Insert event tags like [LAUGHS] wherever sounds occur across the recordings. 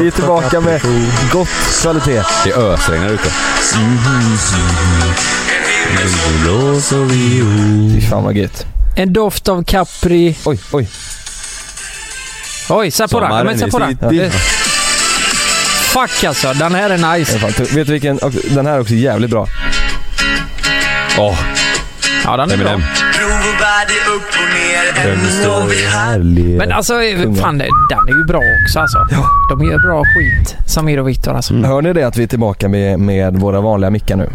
Vi är tillbaka med gott kvalitet. Det ösregnar ute. Fy fan vad gött. En doft av Capri. Oj, oj. Oj, Sappora. Ja, men Sommaren är Sappora. tidig. Det- Fuck alltså, den här är Den är nice. fan tung. Vet du vilken? Och Den här är också jävligt bra. Åh, Ja, den är bra. Eminem. Vem står i härlighet? Men alltså, Sjunga. fan, den är ju bra också alltså. De gör bra skit, Samir och Viktor Mm. alltså. Hör ni det att vi är tillbaka med, med våra vanliga mickar nu?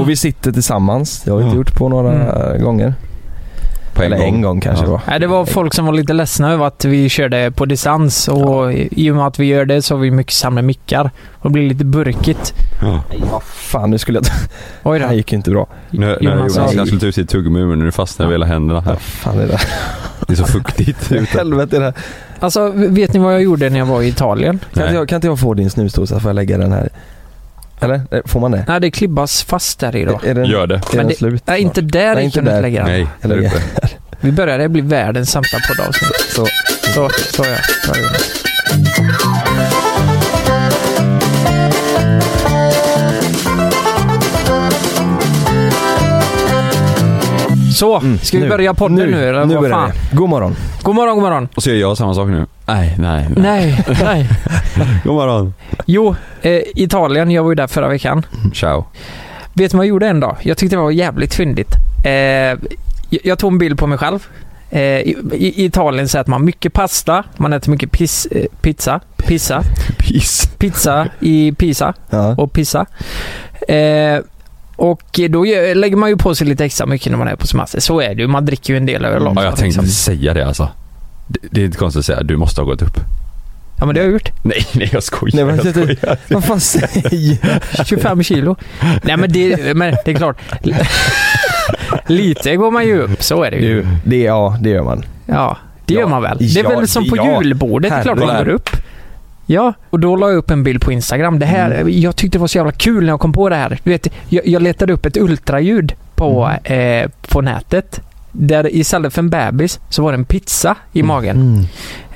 Och vi sitter tillsammans. Det har vi inte Ja. gjort på några Mm. eh, gånger. På en Eller gång. en gång kanske Ja. det var. Nej, det var folk som var lite ledsna över att vi körde på distans och i och med att vi gör det så har vi mycket sämre mickar och det blir lite burkigt. Ja. Fan, nu skulle jag... [LAUGHS] Oj Det då. här gick ju inte bra. Nu, när Jonas, Jonas, han nej. skulle ta ut sitt tuggummi ur munnen, nu fastnar vi hela händerna här. Fan är det där? Det är så fuktigt ute. [LAUGHS] Helvete är det här. Alltså, vet ni vad jag gjorde när jag var i Italien? Kan inte, Nej. jag, kan inte jag få din snusdosa? Får jag lägga den här? i? Eller? Eh, Får man det? Nej, det klibbas fast där i då. Är, är den, Gör det. Är Men den det- slut? Nej, inte där Nej, Nej, inte inte kan du där. inte lägga den. Nej, Eller- där uppe. Vi börjar det blir världens sämsta poddavsnitt. Så. Så, så ja. Ja, ja. Så, Mm, ska vi nu. börja podden nu, eller nu vad är fan? det. God morgon. God morgon, god morgon. Och så gör jag samma sak nu. Nej, nej, nej. Nej, nej. God morgon. Jo, eh, Italien. Jag var ju där förra veckan. Ciao. Vet du vad jag gjorde en dag? Jag tyckte det var jävligt fyndigt. Eh, jag, jag tog en bild på mig själv. Eh, i, I Italien så äter man mycket pasta, man äter mycket pis, eh, pizza, pizza, Peace. pizza i pizza Ja. och pizza. Eh, och då gör- lägger man ju på sig lite extra mycket när man är på semester. Så är det ju, man dricker ju en del öl också. Ja, jag tänkte liksom. säga det alltså. Det, det är inte konstigt att säga, du måste ha gått upp. [LAUGHS] ja men det har jag gjort. Nej, nej jag skojar. Nej, men, jag skojar. [LAUGHS] vad fan säger jag? 25 kilo. Nej men det, men det är [LAUGHS] klart. Lite går man ju upp, så är det ju. Du, det, ja, det gör man. Ja, det Ja, gör man väl? Det är ja, väl som på ja. julbordet, det är klart man Herregud. går upp. Ja, och då la jag upp en bild på Instagram. Det här, Mm. Jag tyckte det var så jävla kul när jag kom på det här. Du vet, jag, jag letade upp ett ultraljud på, Mm. eh, på nätet. Där istället för en bebis så var det en pizza i magen.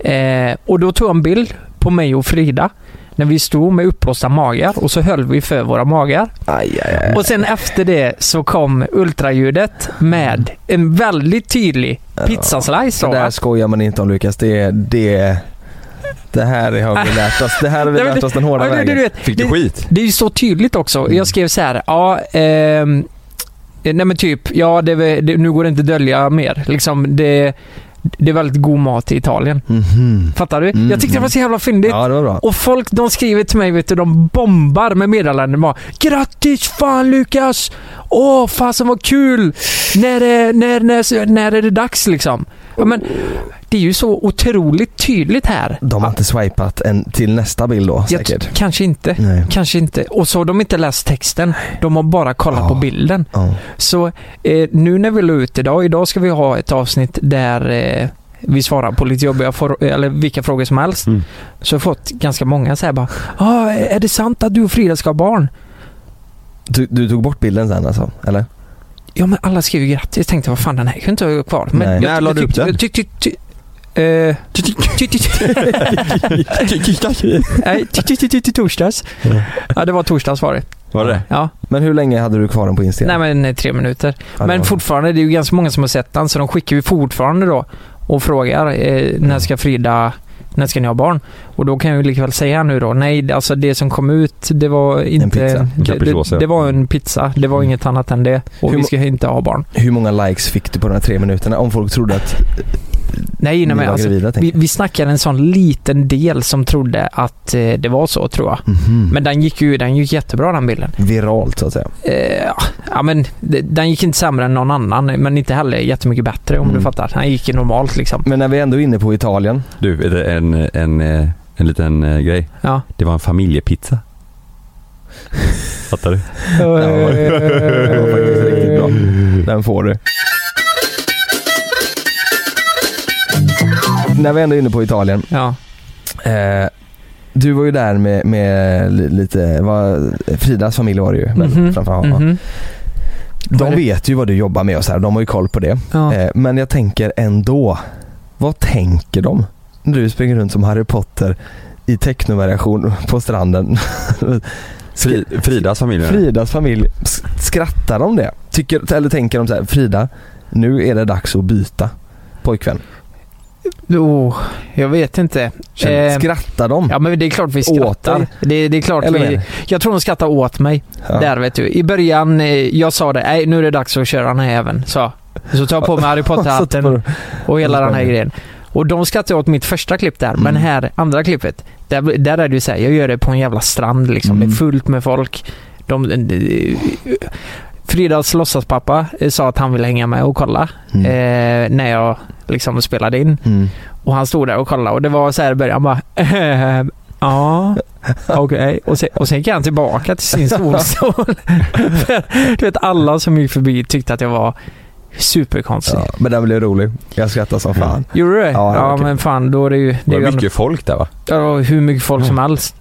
Mm. Eh, och då tog jag en bild på mig och Frida. När vi stod med uppblåsta magar och så höll vi för våra magar. Aj, aj, aj. Och sen efter det så kom ultraljudet med en väldigt tydlig pizzaslice. Så då, va? där skojar man inte om Lukas. Det, det, det här har vi lärt oss. Det här har vi Nej, men lärt det- oss den hårda [LAUGHS] Ja, det- vägen. det- vet, Fick du det- skit? Det är ju så tydligt Mm. också. Jag skrev så här, ja, ehm, nej men typ, ja det, är väl- det, nu går det inte att dölja mer. Liksom, det, det är väldigt god mat i Italien. Mhm. Fattar du? Mm. Jag tyckte det var så jävla fyndigt. Ja, det var bra. Och folk de skriver till mig, vet du, de bombar med meddelanden. Bara, Grattis fan Lukas! Åh, fasen vad kul! När, är- när, när, när är det dags liksom? Ja, men, det är ju så otroligt tydligt här. De har inte swipat en till nästa bild då, Jag, t- säkert. kanske inte. Nej. Kanske inte. Och så har de inte läst texten. De har bara kollat Ja. på bilden. Ja. Så eh, nu när vi la ut idag, idag ska vi ha ett avsnitt där eh, vi svarar på lite jobbiga for- eller vilka frågor som helst. Mm. Så jag har fått ganska många så här bara ah, “Är det sant att du och Frida ska ha barn?” Du, du tog bort bilden sen alltså? Eller? Ja men alla skrev ju grattis. Tänkte vad fan den här kan ju inte ha kvar. Men Nej. jag, När ty- la jag du upp tyckte- den? jag tyckte- ty- eh, ty- ty- ty- nej, ty- ty- ty- ty- ty- Torsdags. Ja, det var torsdags var det. Var det det? Ja. Men hur länge hade du kvar den på Nej Instagram? men eh, tre minuter. Ja, det Men var- fortfarande, det är ju ganska många som har sett den, så de skickar ju fortfarande då och frågar eh, Mm. när ska Frida, när ska ni ha barn? Och då kan jag ju likväl säga nu då, nej alltså det som kom ut det var inte... pizza. Mm. Det, Capricciosa, det, ja. det var en pizza, det var inget annat än det. Och Hur vi må- ska inte ha barn. Hur många likes fick du på de här tre minuterna? Om folk trodde att Nej, ni nej var men alltså, gravida? vi, tänker vi snackar en sån liten del som trodde att eh, det var så tror jag. jag. Mhm. Men den gick ju den gick jättebra den bilden. Viralt så att säga. Eh, ja, ja, men det- den gick inte sämre än någon annan, men inte heller jättemycket bättre om Mm. du fattar. Den gick ju normalt liksom. Men när vi ändå är inne på Italien. Du, vet du, en, en, eh, en liten eh, grej. Ja. Det var en familjepizza. Fattar du? Det var faktiskt riktigt bra. Den får du. När vi ändå är inne på Italien. Ja. Eh, du var ju där med, med li- lite, vad, Fridas familj var det ju. väl, Mhm. Mm-hmm. framför allt, va? Mhm. Vad De är det? Eh. vet ju vad du jobbar med och så här, de har ju koll på det. Ja. Eh, men jag tänker ändå Vad tänker de? När du springer runt som Harry Potter i technovariation på stranden. [LAUGHS] Fri, Fridas familj. nu. Fridas familj, s- skrattar de det? Tycker, eller tänker de så här, Frida, nu är det dags att byta pojkvän. Oh, jag vet inte. Känner- Eh, Skrattar de? Ja men det är klart vi skrattar. dig? Det, det är klart Eller vad är vi, det? jag tror de skrattar åt mig. Ja. Där vet du. I början, eh, jag sa det, nej nu är det dags att köra den här även. Så, så tar jag på [LAUGHS] mig Harry Så tar Potter-hatten du- och hela den här Mm. grejen. Och de skrattade åt mitt första klipp där, men Mm. här, andra klippet. Där, där är det ju såhär, jag gör det på en jävla strand liksom. Mm. Det är fullt med folk. De, de, de, Fridas låtsaspappa eh, sa att han ville hänga med och kolla Mm. eh, när jag liksom spelade in. Mm. Och han stod där och kollade och det var så här i början bara [LAUGHS] ehm, Ja, okej. Och, sen, och sen gick han tillbaka [LAUGHS] till sin solstol. [LAUGHS] För, du vet alla som gick förbi tyckte att jag var superkonstig. Ja, men den blev rolig. Jag skrattar som fan. Gjorde du det? Ja, Ja, det var kul. men fan då är det ju... Det Det är var ju mycket folk där va? ändå- ja, hur mycket folk som Mm. helst.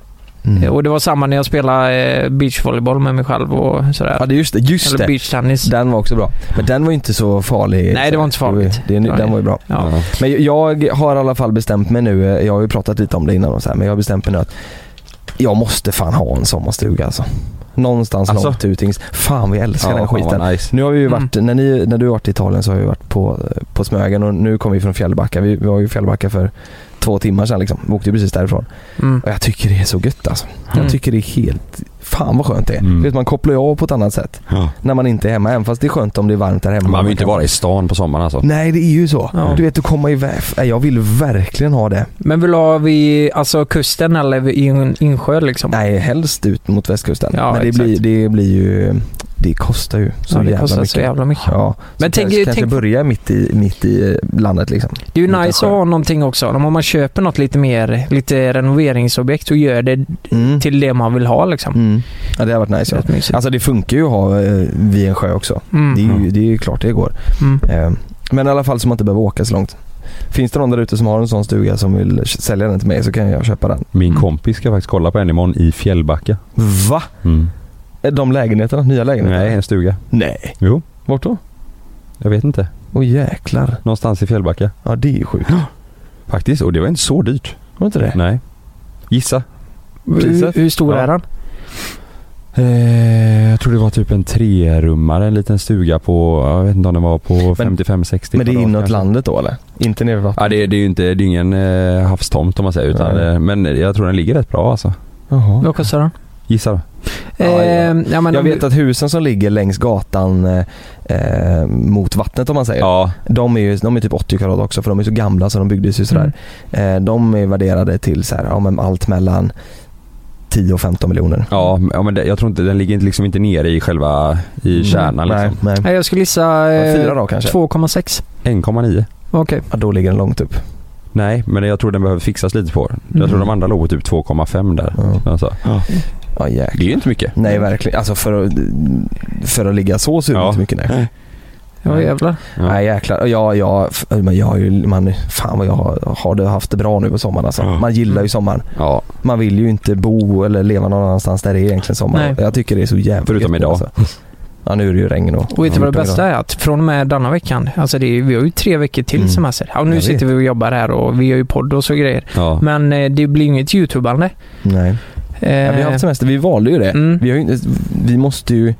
Och det var samma när jag spelade eh, beachvolleyboll med mig själv och sådär. Ja, det är just det. Just Eller det. beachtennis. Den var också bra. Men den var ju inte så farlig. Nej, det var inte farligt. Det, Nej. den var ju bra. Ja. Ja. Men jag har i alla fall bestämt mig nu, eh, jag har ju pratat lite om det innan och så här, men jag har bestämt mig nu att jag måste fan ha en sommarstuga alltså. Någonstans Alltså? långt ut. ings- Fan vi älskar den fan, vad skiten. Nice. Nu har vi ju Mm. varit, när, ni, när du har varit i Italien så har vi varit på, på Smögen och nu kom vi från Fjällbacka. Vi, vi var ju i Fjällbacka för två timmar sedan liksom. Vi åkte ju precis därifrån. Mm. Och jag tycker det är så gött alltså. Mm. Jag tycker det är helt, fan vad skönt det är. Mm. Du Vet, man kopplar ju av på ett annat sätt Ja. när man inte är hemma. Även fast det är skönt om det är varmt där hemma. Man vill ju inte kan- vara i stan på sommaren alltså. Nej det är ju så. Ja. Du vet du kommer iväg. Nej, Jag vill verkligen ha det. Men vill du ha vid alltså, kusten eller vid in, insjö liksom? Nej, helst ut mot västkusten. Ja, Men det exakt. blir, det blir ju... Det kostar ju så ja, det jävla kostar mycket. så jävla mycket. Ja, Men men tänk- tänk, kanske, tänk- kanske börja mitt i, mitt i landet liksom. Det är ju Utan nice skärm. att ha någonting också. Om man köper något lite mer, lite renoveringsobjekt och gör det Mm. till det man vill ha liksom. Mm. Ja, det har varit nice. Ja. Rätt mysigt. Alltså det funkar ju att ha eh, vid en sjö också. Mm. Det är ju, Mm. det är ju klart det går. Mm. Eh, Men i alla fall så man inte behöver åka så långt. Finns det någon där ute som har en sån stuga som vill k- sälja den till mig så kan jag köpa den. Min Mm. kompis ska faktiskt kolla på en imorgon i Fjällbacka. Va? Mm. Är De lägenheterna? Nya lägenheterna? Nej, en stuga. Nej. Jo, Vart då? jag vet inte. Åh jäklar. Någonstans i Fjällbacka. Ja det är ju sjukt. Faktiskt, och det var inte så dyrt. Var det inte det? Nej. Gissa. Hur, Priset? hur stor Ja. är den? Eh, jag tror det var typ en trerummare, en liten stuga på, jag vet inte om den var på 55-60 Men det är kvadrat inåt kanske. landet då eller? Inte nere vid vattnet? Ja det, är- det är ju inte, det är ingen eh, havstomt om man säger utan, Nej. eh, men jag tror den ligger rätt bra alltså. Jaha. Vad kostar den? Gissa då. Ja, eh, ja. ja, men Jag om- vet att husen som ligger längs gatan eh, eh, mot vattnet om man säger. Ja, De är ju de är typ 80 kvadrat också för de är så gamla så de byggdes ju sådär. Mm. Eh, de är värderade till så här, ja, men allt mellan 10 och 15 miljoner. ja, men- ja men det, jag tror inte, den ligger inte- liksom inte nere i själva, i kärnan Mm, Nej, liksom. nej. Nej, jag skulle gissa Ja, eh, Fyra då kanske? 2,6. 1,9. Okej. Ja, då ligger den långt upp. Nej, men jag tror den behöver fixas lite på. Jag tror Mm. de andra låg på typ 2,5 där. Ja, Alltså. ja Det jäklar. är ju inte mycket. Nej verkligen, alltså för att, för att ligga så så är det Ja. inte mycket nej. Ja jävlar. Ja. Nej jäklar. Och Jag, jag, f- men jag har ju, man, fan vad jag har, har det haft det bra nu på sommaren alltså. Ja. Man gillar ju sommaren. Ja, Man vill ju inte bo eller leva någon annanstans där det är egentligen sommar. Nej. Jag tycker det är så jävligt Förutom gött idag. alltså. Ja nu är det ju regn och Och vet du vad 14 det bästa grader. är? Att från och med denna veckan, alltså det är, ju- vi har ju tre veckor till Mm. semester. Ja, och nu Jag sitter vi och jobbar här och vi gör ju podd och så grejer. ja. Men eh, det blir inget youtubande. Nej. Eh, Ja, vi har haft semester, vi valde ju det. mm. Vi, har ju, inte- vi, måste ju,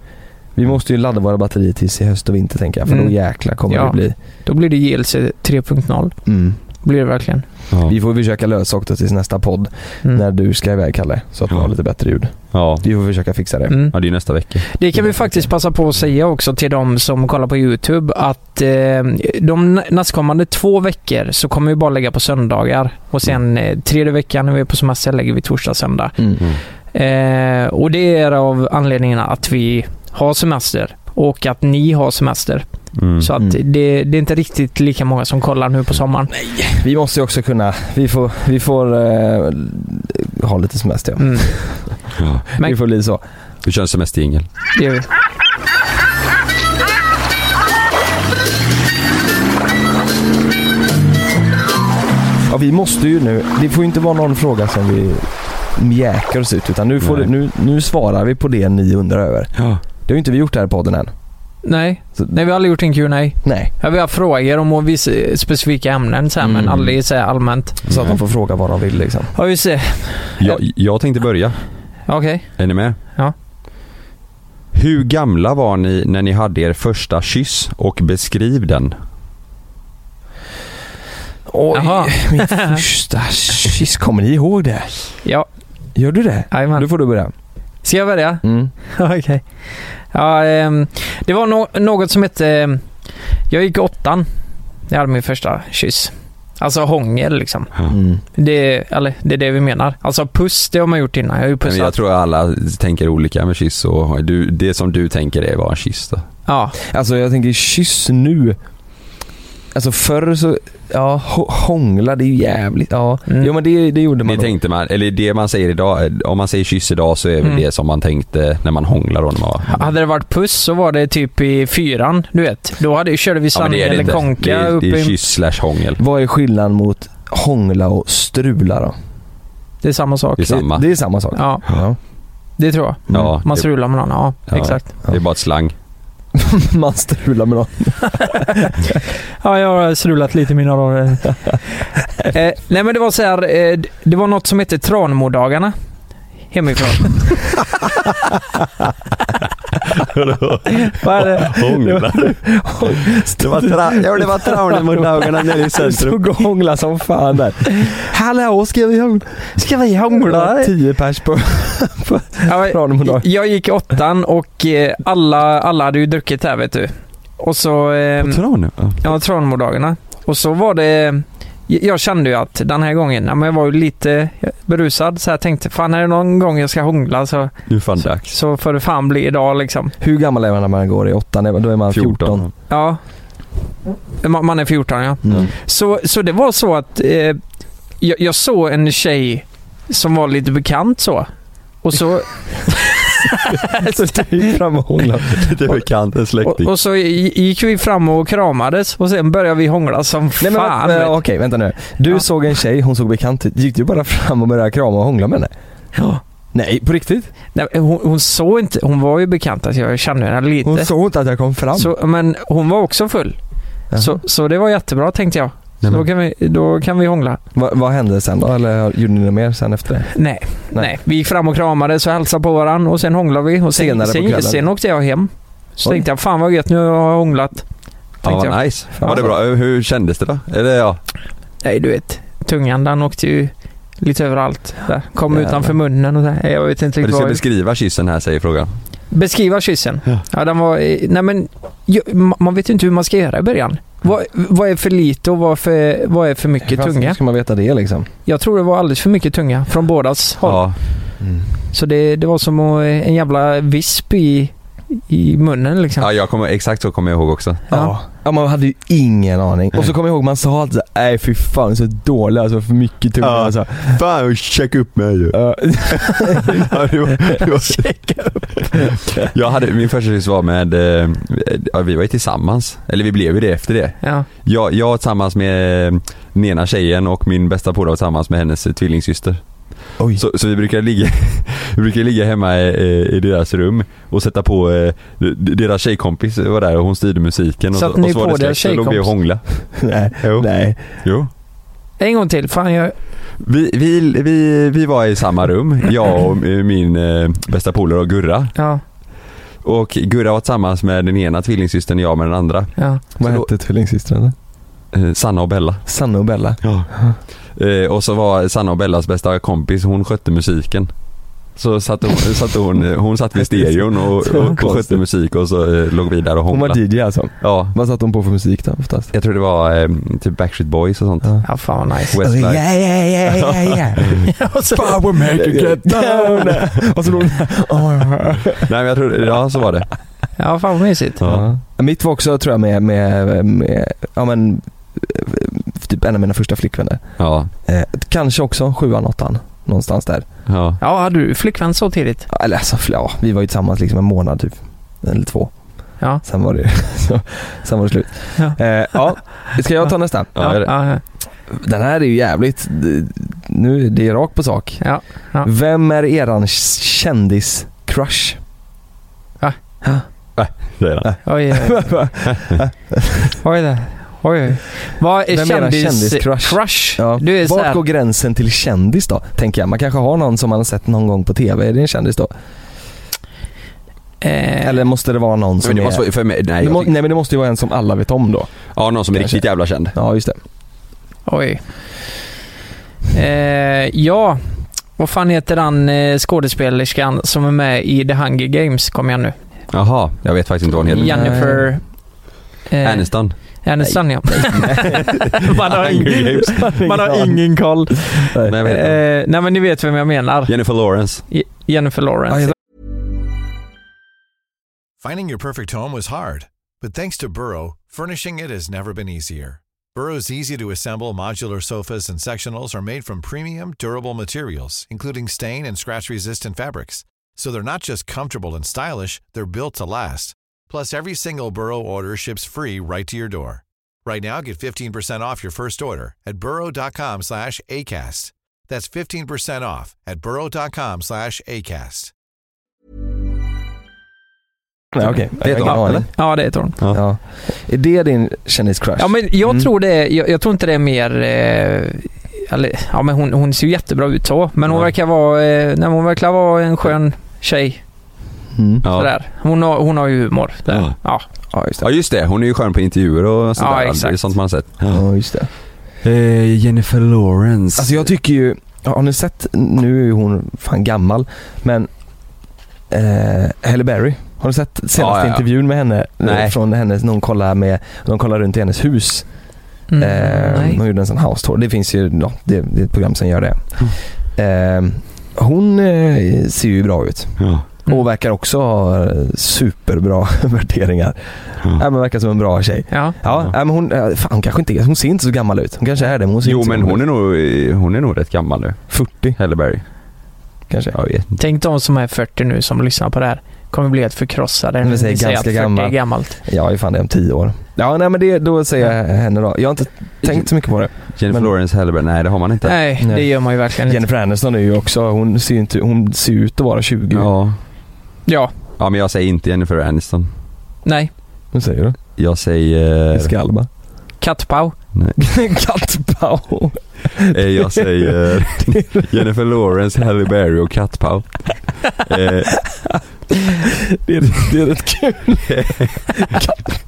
vi måste ju ladda våra batterier tills i höst och vinter tänker jag. För Mm. då jäklar kommer Ja. det bli. Då blir det JLC 3.0. Mm. Blir det verkligen. Ja. Vi får försöka lösa också tills nästa podd. Mm. När du ska iväg Kalle. Så att vi Ja. har lite bättre ljud. Ja. Vi får försöka fixa det. Mm. ja, det är nästa vecka. Det kan vi faktiskt passa på att säga också till de som kollar på YouTube att eh, de nästkommande två veckor så kommer vi bara lägga på söndagar och sen eh, tredje veckan när vi är på semester lägger vi torsdag och söndag. Mm. Eh, och det är av anledningen att vi har semester och att ni har semester. Mm. Så att Mm. det, det är inte riktigt lika många som kollar nu på sommaren. Vi måste ju också kunna, vi får, vi får eh, ha lite semester. Ja. Mm. Ja. Men- Vi får bli så. Vi kör en semesterjingel. Det är, Ja, vi måste ju nu, det får ju inte vara någon fråga som vi mjäkar oss ut utan nu, får Nej. du, nu, nu svarar vi på det ni undrar över. Ja. Det har ju inte vi gjort här i podden än. Nej. Så- Nej, vi har aldrig gjort en Q&A. Nej, Ja, vi har frågor om vissa specifika ämnen så här, men Mm. aldrig så här allmänt. så att Nej. de får fråga vad de vill liksom. Ja, just det. Jag, jag tänkte börja. Okej. Är ni med? Ja. Hur gamla var ni när ni hade er första kyss och beskriv den? Oj, Jaha. min första kyss. Kommer ni ihåg det? Ja, Gör du det? Då jajamän. får du börja. Ska [LAUGHS] jag börja? Mm. Okej. Ja, ehm, det var no- något som hette... ehm, jag gick i åttan. Jag hade min första kyss. Alltså hångel liksom. Mm. Det, eller, det är det vi menar. Alltså puss, det har man gjort innan. Jag har ju Men pussat. jag tror alla tänker olika med kyss och du, det som du tänker är var en kyss då. Ja, Alltså jag tänker kyss nu. Alltså förr så, ja, hå- hångla det är ju jävligt, ja. Mm. Jo men det, det gjorde man Det nog. tänkte man, eller det man säger idag, eh, om man säger kyss idag så är väl Mm. det som man tänkte när man hånglar då när man var hade det varit puss så var det typ i fyran, du vet. Då hade, körde vi men sanning eller inte. Det konka är, upp det är i... kyss slash hångel. Vad är skillnaden mot hångla och strula då? Det är samma sak. Det är samma. Det är samma sak. Ja, Ja. [LAUGHS] det tror jag. Mm. Ja, Man det, strular med någon, ja, Ja. exakt. det är bara ett slang. [LAUGHS] Man strular med någon. Ja, jag har strulat lite i mina dagar. eh, nej men det var så här, eh, det var något som hette Tranmodagarna. Hemifrån. [LAUGHS] Vad är det? Hångla. [LAUGHS] Det var, tra- ja, det var traunen mot dagarna [LAUGHS] nere i centrum. Stod och hångla som fan där. Hallå, ska vi hångla? Ska vi Ja, Tio pers på Ja, planen på dag. jag gick i åttan och eh, alla, alla hade ju druckit här vet du. Och så... Eh, Tranen? Ja. ja, Tranmodagarna. Och så var det... eh, Jag kände ju att den här gången, ja, men jag var ju lite eh, berusad så jag tänkte fan är det någon gång jag ska hångla så, Nu är fan [LAUGHS] dags. så får det fan bli idag liksom. Hur gammal är man när man går i åttan? Då är man 14. Ja. Ma- Man är 14 ja. Mm. [LAUGHS] Så, så det var så att eh, jag, jag såg en tjej som var lite bekant så. [LAUGHS] Och så, Så du gick fram och hånglade. Lite bekant, en och, släkting. och så i- gick vi fram och kramades och sen började vi hångla som Nej, men, fan. vänta, vet eh, du. Okej, vänta nu. Du Ja. såg en tjej, hon såg bekant ut. Gick du bara fram och började krama och hångla med henne? Ja. Nej, på riktigt? Nej, men hon, hon såg inte, hon var ju bekant, alltså jag kände henne lite. Hon såg inte att jag kom fram. så, men hon var också full. Jaha. Så, så det var jättebra tänkte jag. Så Nej, men- då, kan vi, då kan vi hångla. Va, vad hände sen då? Eller gjorde ni något mer sen efter det? Nej, nej. Vi gick fram och kramades och hälsade på varandra och sen hånglade vi. Och sen, Senare på sen, kvällen. sen åkte jag hem. Så Oj. tänkte jag, fan vad gött, nu har jag hånglat. Ja, tänkte vad nice. Fan. Var det bra? Eh, Hur kändes det då? Eller ja, Nej, du vet. Tungan den åkte ju lite överallt. Där. Kom Jävlar. utanför munnen och så. här. Jag vet inte du riktigt ska vad... beskriva kyssen här säger frågan. Beskriva kyssen. Ja. Ja. den var... eh, Nej men, ju- ma- man vet ju inte hur man ska göra i början. Vad, vad är för lite och vad, för, vad är för mycket Fast, Hur tunga? ska man veta det liksom? Jag tror det var alldeles för mycket tunga från bådas håll. Ja. Så det, det var som att, eh, en jävla visp i, i munnen liksom. ja, jag kommer, exakt så kommer jag ihåg också. Ja. ja, man hade ju ingen aning. Och så kommer jag ihåg, man sa alltid så här, nej fy fan så dålig alltså, för mycket tunga. Ja. Alltså. Fan, checka upp mig ju. Ja. [LAUGHS] Checka upp. Jag hade, min första kyss var med, eh, ja, vi var ju tillsammans. Eller vi blev ju det efter det. Ja. Jag, jag tillsammans med eh, den ena tjejen och min bästa polare var tillsammans med hennes eh, tvillingsyster. Oj. Så, så vi brukar ligga, [LAUGHS] vi brukar ligga hemma i, eh, i deras rum och sätta på, eh, d- deras tjejkompis var där och hon styrde musiken och Satt ni och på deras så låg vi och tjejkompis? hånglade. nej. Jo. nej. Jo. En gång till. Fan, jag... Vi, vi, vi, vi var i samma rum, jag och eh, min eh, bästa polare och Gurra. Ja, Och Gurra var tillsammans med den ena tvillingsystern och jag med den andra. ja. Vad Så då- hette tvillingsystrarna? Eh, Sanna och Bella. Sanna och Bella. Ja. Eh, och så var Sanna och Bellas bästa kompis, hon skötte musiken. Så satt hon, satt hon, hon satt vid stereon [LAUGHS] och, Så och, och skötte konstigt. musik och så eh, låg vi där och Hon hånglade. var DJ alltså. Ja, Vad satte hon på för musik då oftast? jag tror det var eh, typ Backstreet Boys och sånt. Ja. ja fan vad Oh, nice. Westlife. Alltså, yeah, yeah, yeah, yeah. Och så- Power make you get down. Och så låg hon där. Nej men jag tror, ja så var det. ja, fan vad mysigt. Ja. Mitt var också tror jag med, med, med ja men, eh, typ en av mina första flickvänner. Ja. Eh, kanske också sjuan, åttan. Någonstans där. ja. Ja, hade du flickvän så tidigt? Ja, Eller alltså, ja, vi var ju tillsammans liksom en månad typ. Eller två. Ja. Sen var det, [LAUGHS] så, sen var det slut. Ja. Eh, ja. Ska jag ta nästa? Ja, är det. ja, ja. Den här är ju jävligt, nu det är rakt på sak. Ja, ja. Vem är eran kändis-crush? Va? Ja. säger han. Oj, oj, oj. då. oj, oj. Vad är Vem menar kändiscrush? kändis-crush? Ja. Du är så Vart här, går gränsen till kändis då? Tänker jag. Man kanske har någon som man har sett någon gång på TV. Är det en kändis då? eh, Eller måste det vara någon som Men det är... måste vara, för mig, nej, det jag må... tycker- Nej men det måste ju vara en som alla vet om då. Ja, någon som är riktigt jävla känd. Ja just det. oj. Eh, ja, vad fan heter han eh, skådespelerskan som är med i The Hunger Games? Kom igen nu. Jaha, jag vet faktiskt inte vad hon heter. Jennifer... Eh, Aniston. Aniston, [LAUGHS] ja. [LAUGHS] man, har Hunger ingen, Games. man har ingen koll. Nej. Nej, vad heter hon? Eh, nej men ni vet vem jag menar. Jennifer Lawrence. Je- Jennifer Ja, Lawrence. heter- Finding your perfect home was hard, but thanks to Burrow, furnishing it has never been easier. Burrow's easy to assemble modular sofas and sectionals are made from premium, durable materials, including stain and scratch resistant fabrics. So they're not just comfortable and stylish, they're built to last. Plus, every single Burrow order ships free right to your door. Right now, get 15% off your first order at burrow.com slash ACAST. That's 15% off at burrow.com slash ACAST. Nej, okej. Det heter Jag har ingen hon, eller? aning. Ja, det heter hon. Ja. Är det din kändiscrush? Ja, men jag Mm. tror det. är- Jag, jag tror inte det är mer... Eh, eller, ja, men hon, hon ser ju jättebra ut så. Men hon Ja. verkar vara... Eh, nej, hon verkar vara en skön tjej. Mm. Ja. Sådär. Hon, har, hon har ju humor. Där. Ja. Ja. Ja. Ja just det. ja, just det. Hon är ju skön på intervjuer och sånt Ja, där. exakt. Det är sånt man har sett. Ja Eh, just det. Jennifer Lawrence. Alltså jag tycker ju, har ni sett, nu är ju hon fan gammal, men eh, Halle Berry. Har du sett senaste Ja, ja, ja. intervjun med henne? Nej. Från hennes, när hon kollar, med, de kollar runt i hennes hus. Mm, Eh, nej. hon gjorde en sån house tour. Det finns ju, ja, det, det är ett program som gör det. Eh, hon eh, ser ju bra ut Ja. Mm. och verkar också ha eh, superbra [LAUGHS] värderingar. Ja. Ja, men verkar som en bra tjej. Ja. Ja, Ja. nej, men hon, eh, fan, hon kanske inte är, hon ser inte så gammal ut. Hon kanske är det men hon ser Jo inte så men gammal hon ut. är nog, eh, hon är nog rätt gammal nu. 40 Halle Berry. kanske. Jag vet inte. Tänk de som är 40 nu som lyssnar på det här. Kommer bli helt förkrossade. Men vi säger Ni ganska att 40 är gammal. gammalt. Ja, är fan det om tio år. Ja, nej men det, då säger jag henne då. Jag har inte tänkt så mycket på det. Jennifer Men- Lawrence, Halle Berry. Nej det har man inte. Nej, Nej. det gör man ju verkligen inte. Jennifer Aniston är ju också, hon ser ju inte, hon ser ju ut att vara 20. Ja. Ja. ja men jag säger inte Jennifer Aniston. Nej. Vad säger du? Jag säger... [LAUGHS] Jessica [LAUGHS] Alba? Kattpau. Kattpau. Eh, jag säger [LAUGHS] Jennifer Lawrence, Halle Berry och Kat Pau. Eh, Det är, det är rätt kul. [LAUGHS]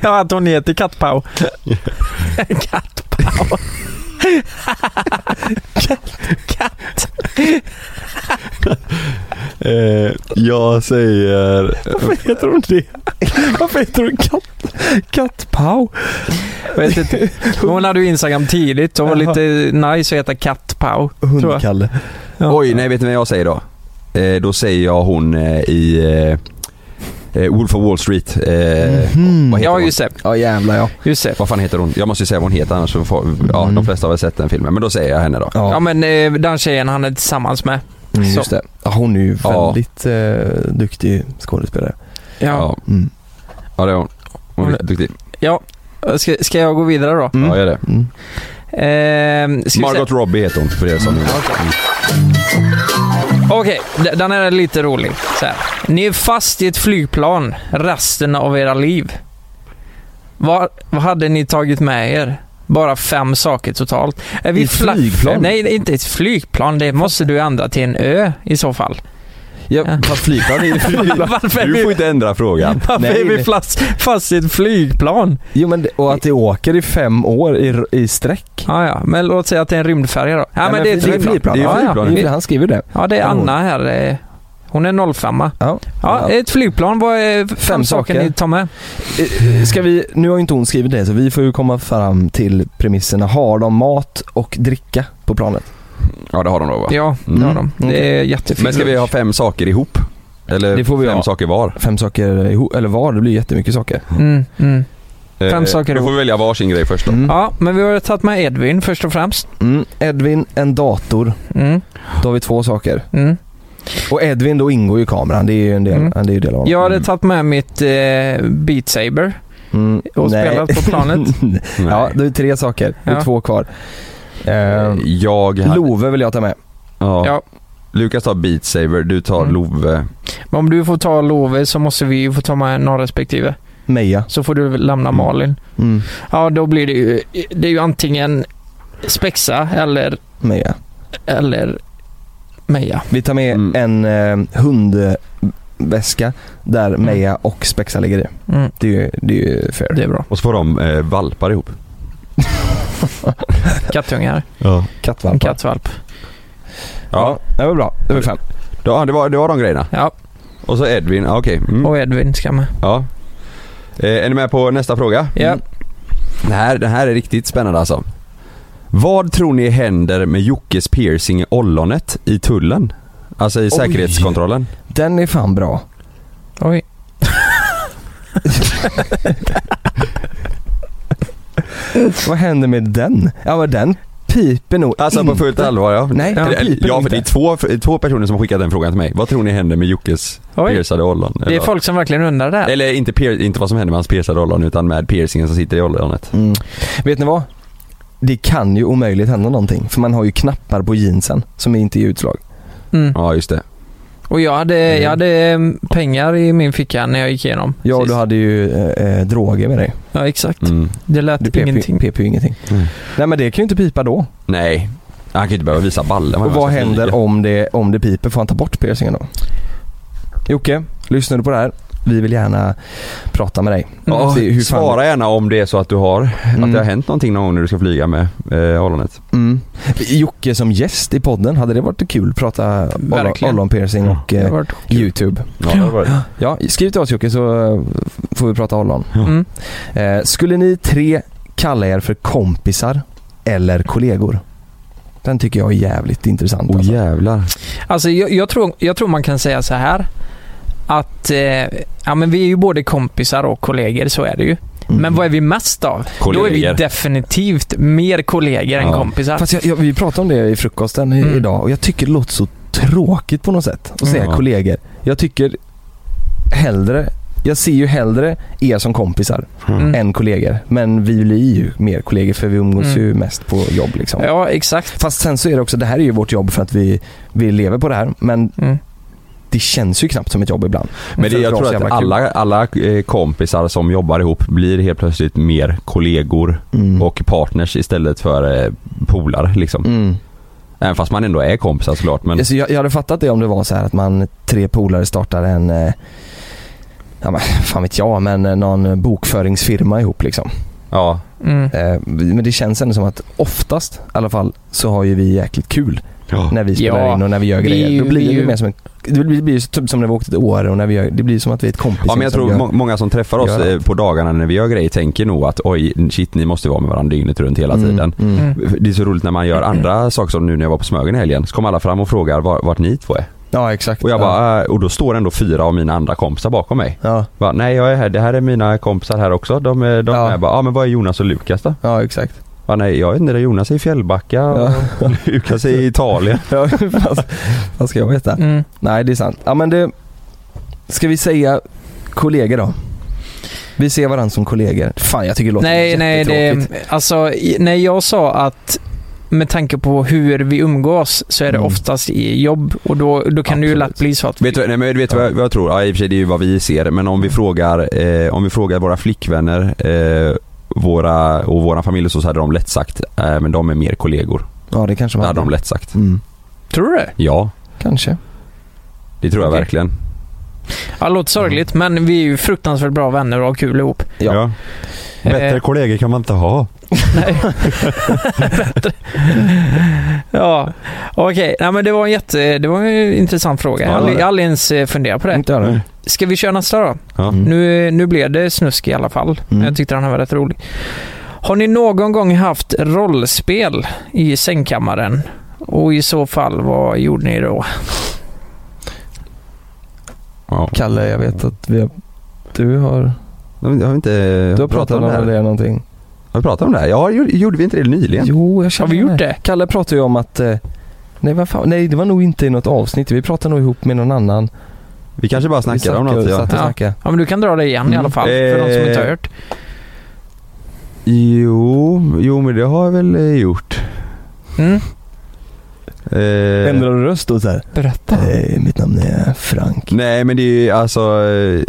Ja, att hon heter Kattpau. Kattpau. Katt. eh, jag säger... Varför heter hon det? Varför heter hon katt, Kattpau? Vet inte. Men Hon hade ju Instagram tidigt och var Jaha. lite nice att heta Kattpau. jag. Hundkalle. Ja. Oj, nej vet ni vad jag säger då? Eh, då säger jag hon eh, i eh, eh, Wolf of Wall Street. Eh, Mhm. Vad heter Ja, hon? just det. Ja jävlar ja. Just det. Vad fan heter hon? Jag måste ju säga vad hon heter annars får, ja, Eh. Mm. de flesta har väl sett den filmen. Men då säger jag henne då. Ja, Ja, men eh, den tjejen han är tillsammans med. mm, så. just det. Ja, hon är ju Ja. väldigt eh, duktig skådespelare. Ja, Mm. ja det är hon. Hon är Hon- riktigt duktig. Ja. Ska, ska jag gå vidare då? Mm. Ja, gör det. Mm. Ehm, ska vi se- Margot Robbie heter hon för [LAUGHS] er som Okej, d- den här är lite rolig. Så här. Ni är fast i ett flygplan resten av era liv. Vad, vad hade ni tagit med er? Bara fem saker totalt. Är I ett flygplan? Nej, det är inte ett flygplan. Det måste du ändra till en ö i så fall. Ja, fast flygplan är [LAUGHS] ju... Varför är Du får vi, inte ändra frågan. varför Nej, är vi nej. fast, fast i ett flygplan? Jo men det, och att det åker i fem år i, i sträck. Ja, ja. Men låt säga att det är en rymdfärja då. Ja, men, det är ett flygplan. Det är ju Ja, ja. flygplan. Det är ju- Han skriver det. Ja, det är Kanon. Anna här. eh, Hon är 05 Ja. Ja, Ja. ett flygplan. Vad är fem, Fem saker saker. ni tar med? Eh, Ska vi, nu har ju inte hon skrivit det så vi får ju komma fram till premisserna. Har de mat och dricka på planet? Ja, det har de då va? Ja, Mm. det har de. Det är jättefint. Men ska vi ha fem saker ihop? Eller Det får vi fem ha. saker var? Fem saker ihop, eller var, det blir jättemycket saker. Mm, mm. Eh, saker Då får vi välja varsin grej först då. Mm. Ja, men vi har ju tagit med Edvin först och främst. Mm. Edvin, en dator. Mm, Då har vi två saker. mm. Och Edvin, då ingår ju kameran. Det är ju en del, Mm. ja, det är ju del av honom. Jag hade Mm. tagit med mitt eh, Beat Saber Mm. och Nej. spelat på planet. [LAUGHS] [LAUGHS] Nej. ja, det är tre saker. Det är Ja. två kvar. Eh, jag hade... Love vill jag ta med. Ja. Ja. Lukas tar Beat Saber, du tar Mm. Love. Men om du får ta Love så måste vi ju få ta med någon respektive. Meja. Så får du lämna Mm. Malin. Mm. Ja, då blir det ju... Det är ju antingen Spexa eller, Meja. eller Meja. Vi tar med en Mm. eh, hundväska där Meja och Spexa ligger i. Mm, Det är ju, det är ju fair. det är bra. Och så får de eh, valpar ihop. Kattungar. Ja. En Kattvalpar. kattvalp. Ja, Ja, det var bra. Det var fem. då, det, var, det var de grejerna. Ja, Och så Edvin, ja, okej. Mm. och Edvin ska med. Ja. Eh, är ni med på nästa fråga? Ja. Mm. Det här, det här är riktigt spännande alltså. Vad tror ni händer med Jockes piercing i ollonet i tullen? Alltså i säkerhetskontrollen. Den är fan bra. Oj. Vad händer med den? Ja men den piper nog Alltså på inte. fullt allvar ja. Nej, ja, den piper ja för inte. det är två, två personer som har skickat den frågan till mig. Vad tror ni händer med Jockes Oj. piercade ollon? Det är Eller- folk som verkligen undrar det här. Eller inte, pier- inte vad som händer med hans piercade ollon utan med piercingen som sitter i ollonet. Mm. Vet ni vad? Det kan ju omöjligt hända någonting för man har ju knappar på jeansen som inte ger utslag. Mm. Ja just det. Och jag hade, jag hade mm, pengar i min ficka när jag gick igenom. Ja sist. du hade ju eh, eh, droger med dig. Ja, exakt. Mm. Det lät Du pep ju, ingenting. pep ju ingenting. Mm. Nej men det kan ju inte pipa då. Nej. Han kan ju inte behöva visa ballen. Och vad händer om det, om det piper? Får han ta bort piercingen då? Jocke, lyssnar du på det här? Vi vill gärna prata med dig. Mm. Ja, Se hur fan- svara gärna om det är så att du har, att Mm. det har hänt någonting någon gång när du ska flyga med eh, ollonet. Mm. Jocke som gäst i podden, hade det varit kul? Prata ollon- Verkligen. ollonpiercing Ja. och Det har eh, varit kul. YouTube. Ja, det var det. Ja, skriv till oss Jocke så eh, får vi prata ollon. Mm. Eh, skulle ni tre kalla er för kompisar eller kollegor? Den tycker jag är jävligt intressant. Åh alltså. jävlar. Alltså, jag, jag, tror, jag tror man kan säga så här. Att eh, ja, men vi är ju både kompisar och kollegor, så är det ju. Mm. Men vad är vi mest av? Då är vi Kollegor. definitivt mer kollegor än Ja. kompisar. Fast jag, jag, vi pratade om det i frukosten i, Mm. idag och jag tycker det låter så tråkigt på något sätt att säga Ja. kollegor. Jag tycker hellre, jag ser ju hellre er som kompisar Mm. än kollegor. Men vi blir ju mer kollegor för vi umgås Mm. ju mest på jobb liksom. Ja, exakt. Fast sen så är det också, det här är ju vårt jobb för att vi, vi lever på det här men Mm. det känns ju knappt som ett jobb ibland. Men det, För jag de så tror att jävla kul. alla, alla eh, kompisar som jobbar ihop blir helt plötsligt mer kollegor Mm. och partners istället för eh, polare liksom. Mm. Även fast man ändå är kompisar såklart men Alltså, jag, jag hade fattat det om det var så här att man tre polare startar en eh, Ja, men, fan vet jag, men eh, någon bokföringsfirma ihop liksom. ja. Mm. Eh, vi- men det känns ändå som att oftast i alla fall så har ju vi jäkligt kul när vi spelar Ja, in och när vi gör vi grejer. är ju- Då blir vi det är ju- ju mer som en, det blir, det blir ju typ som när vi åkte till Åre och när vi gör, det blir som att vi är ett kompisgäng Ja men jag som tror gör- må- många som träffar oss gör eh, på dagarna när vi gör grejer tänker nog att oj shit ni måste vara med varandra dygnet runt hela tiden. Mm, mm. Mm. Det är så roligt när man [CLEARS THROAT] gör andra saker som nu när jag var på Smögen i helgen. Så kom alla fram och frågar var, vart ni två är. Ja exakt. Och jag Ja. bara, äh, och då står ändå fyra av mina andra kompisar bakom mig. Ja, Bara, Nej jag är här, det här är mina kompisar här också. De är, de Ja. är bara, ja ah, men vad är Jonas och Lukas då? ja exakt. [LAUGHS] Bara, nej jag vet inte, det är Jonas är i Fjällbacka och [LAUGHS] Lukas är i Italien. Ja, fast, vad ska jag veta? Mm. Nej, det är sant. Ja, men det... Ska vi säga kollegor då? Vi ser varandra som kollegor. Fan, jag tycker det låter Nej, nej, det, jättetråkigt. alltså, i- när jag sa att med tanke på hur vi umgås så är det Mm. oftast i jobb och då, då kan det ju Absolut. lätt bli så att... Vet du, nej, men vet du vad, jag, vad jag tror? Ja, i och för sig det är ju vad vi ser men om vi frågar, eh, om vi frågar våra flickvänner eh, våra, och våra familj och så, så hade de lätt sagt, eh, men de är mer kollegor. Ja, det kanske Det man hade de lätt sagt. Mm. Tror du det? Ja, Kanske. det tror jag Okej. verkligen. Ja, det låter sorgligt, Mm. men vi är ju fruktansvärt bra vänner och har kul ihop. Ja. Bättre Eh. kollegor kan man inte ha. Nej. Bättre. ja, okej. Nej, men det var en jätte... Det var en intressant fråga. Jag Ja, har det var aldrig- det. jag har aldrig ens eh, funderat på det. Inte jag då. Ska vi köra nästa då? Ja. Mm. Nu, nu blev det snusk i alla fall. Mm. Jag tyckte den här var rätt rolig. Har ni någon gång haft rollspel i sängkammaren? Och i så fall, vad gjorde ni då? Ja. Kalle, jag vet att vi har... Du har, Jag har inte du har pratat om det här. här någonting. Har vi pratat om det här? Ja, gjorde- gjorde vi inte det nyligen? Jo, jag känner Har vi gjort mig. det? Kalle pratade ju om att... eh, Nej, vad fan, nej, det var nog inte i något avsnitt. Vi pratade nog ihop med någon annan. Vi kanske bara vi snackade om något. satt Ja. och Ja. snackade. Ja, men du kan dra det igen i Mm. alla fall, för de som inte har Eh. hört. Jo, jo men det har jag väl eh, gjort. Mm. Eh, Ändrar du röst och så här. Berätta. Eh, mitt namn är Frank. nej men det är ju alltså... Eh,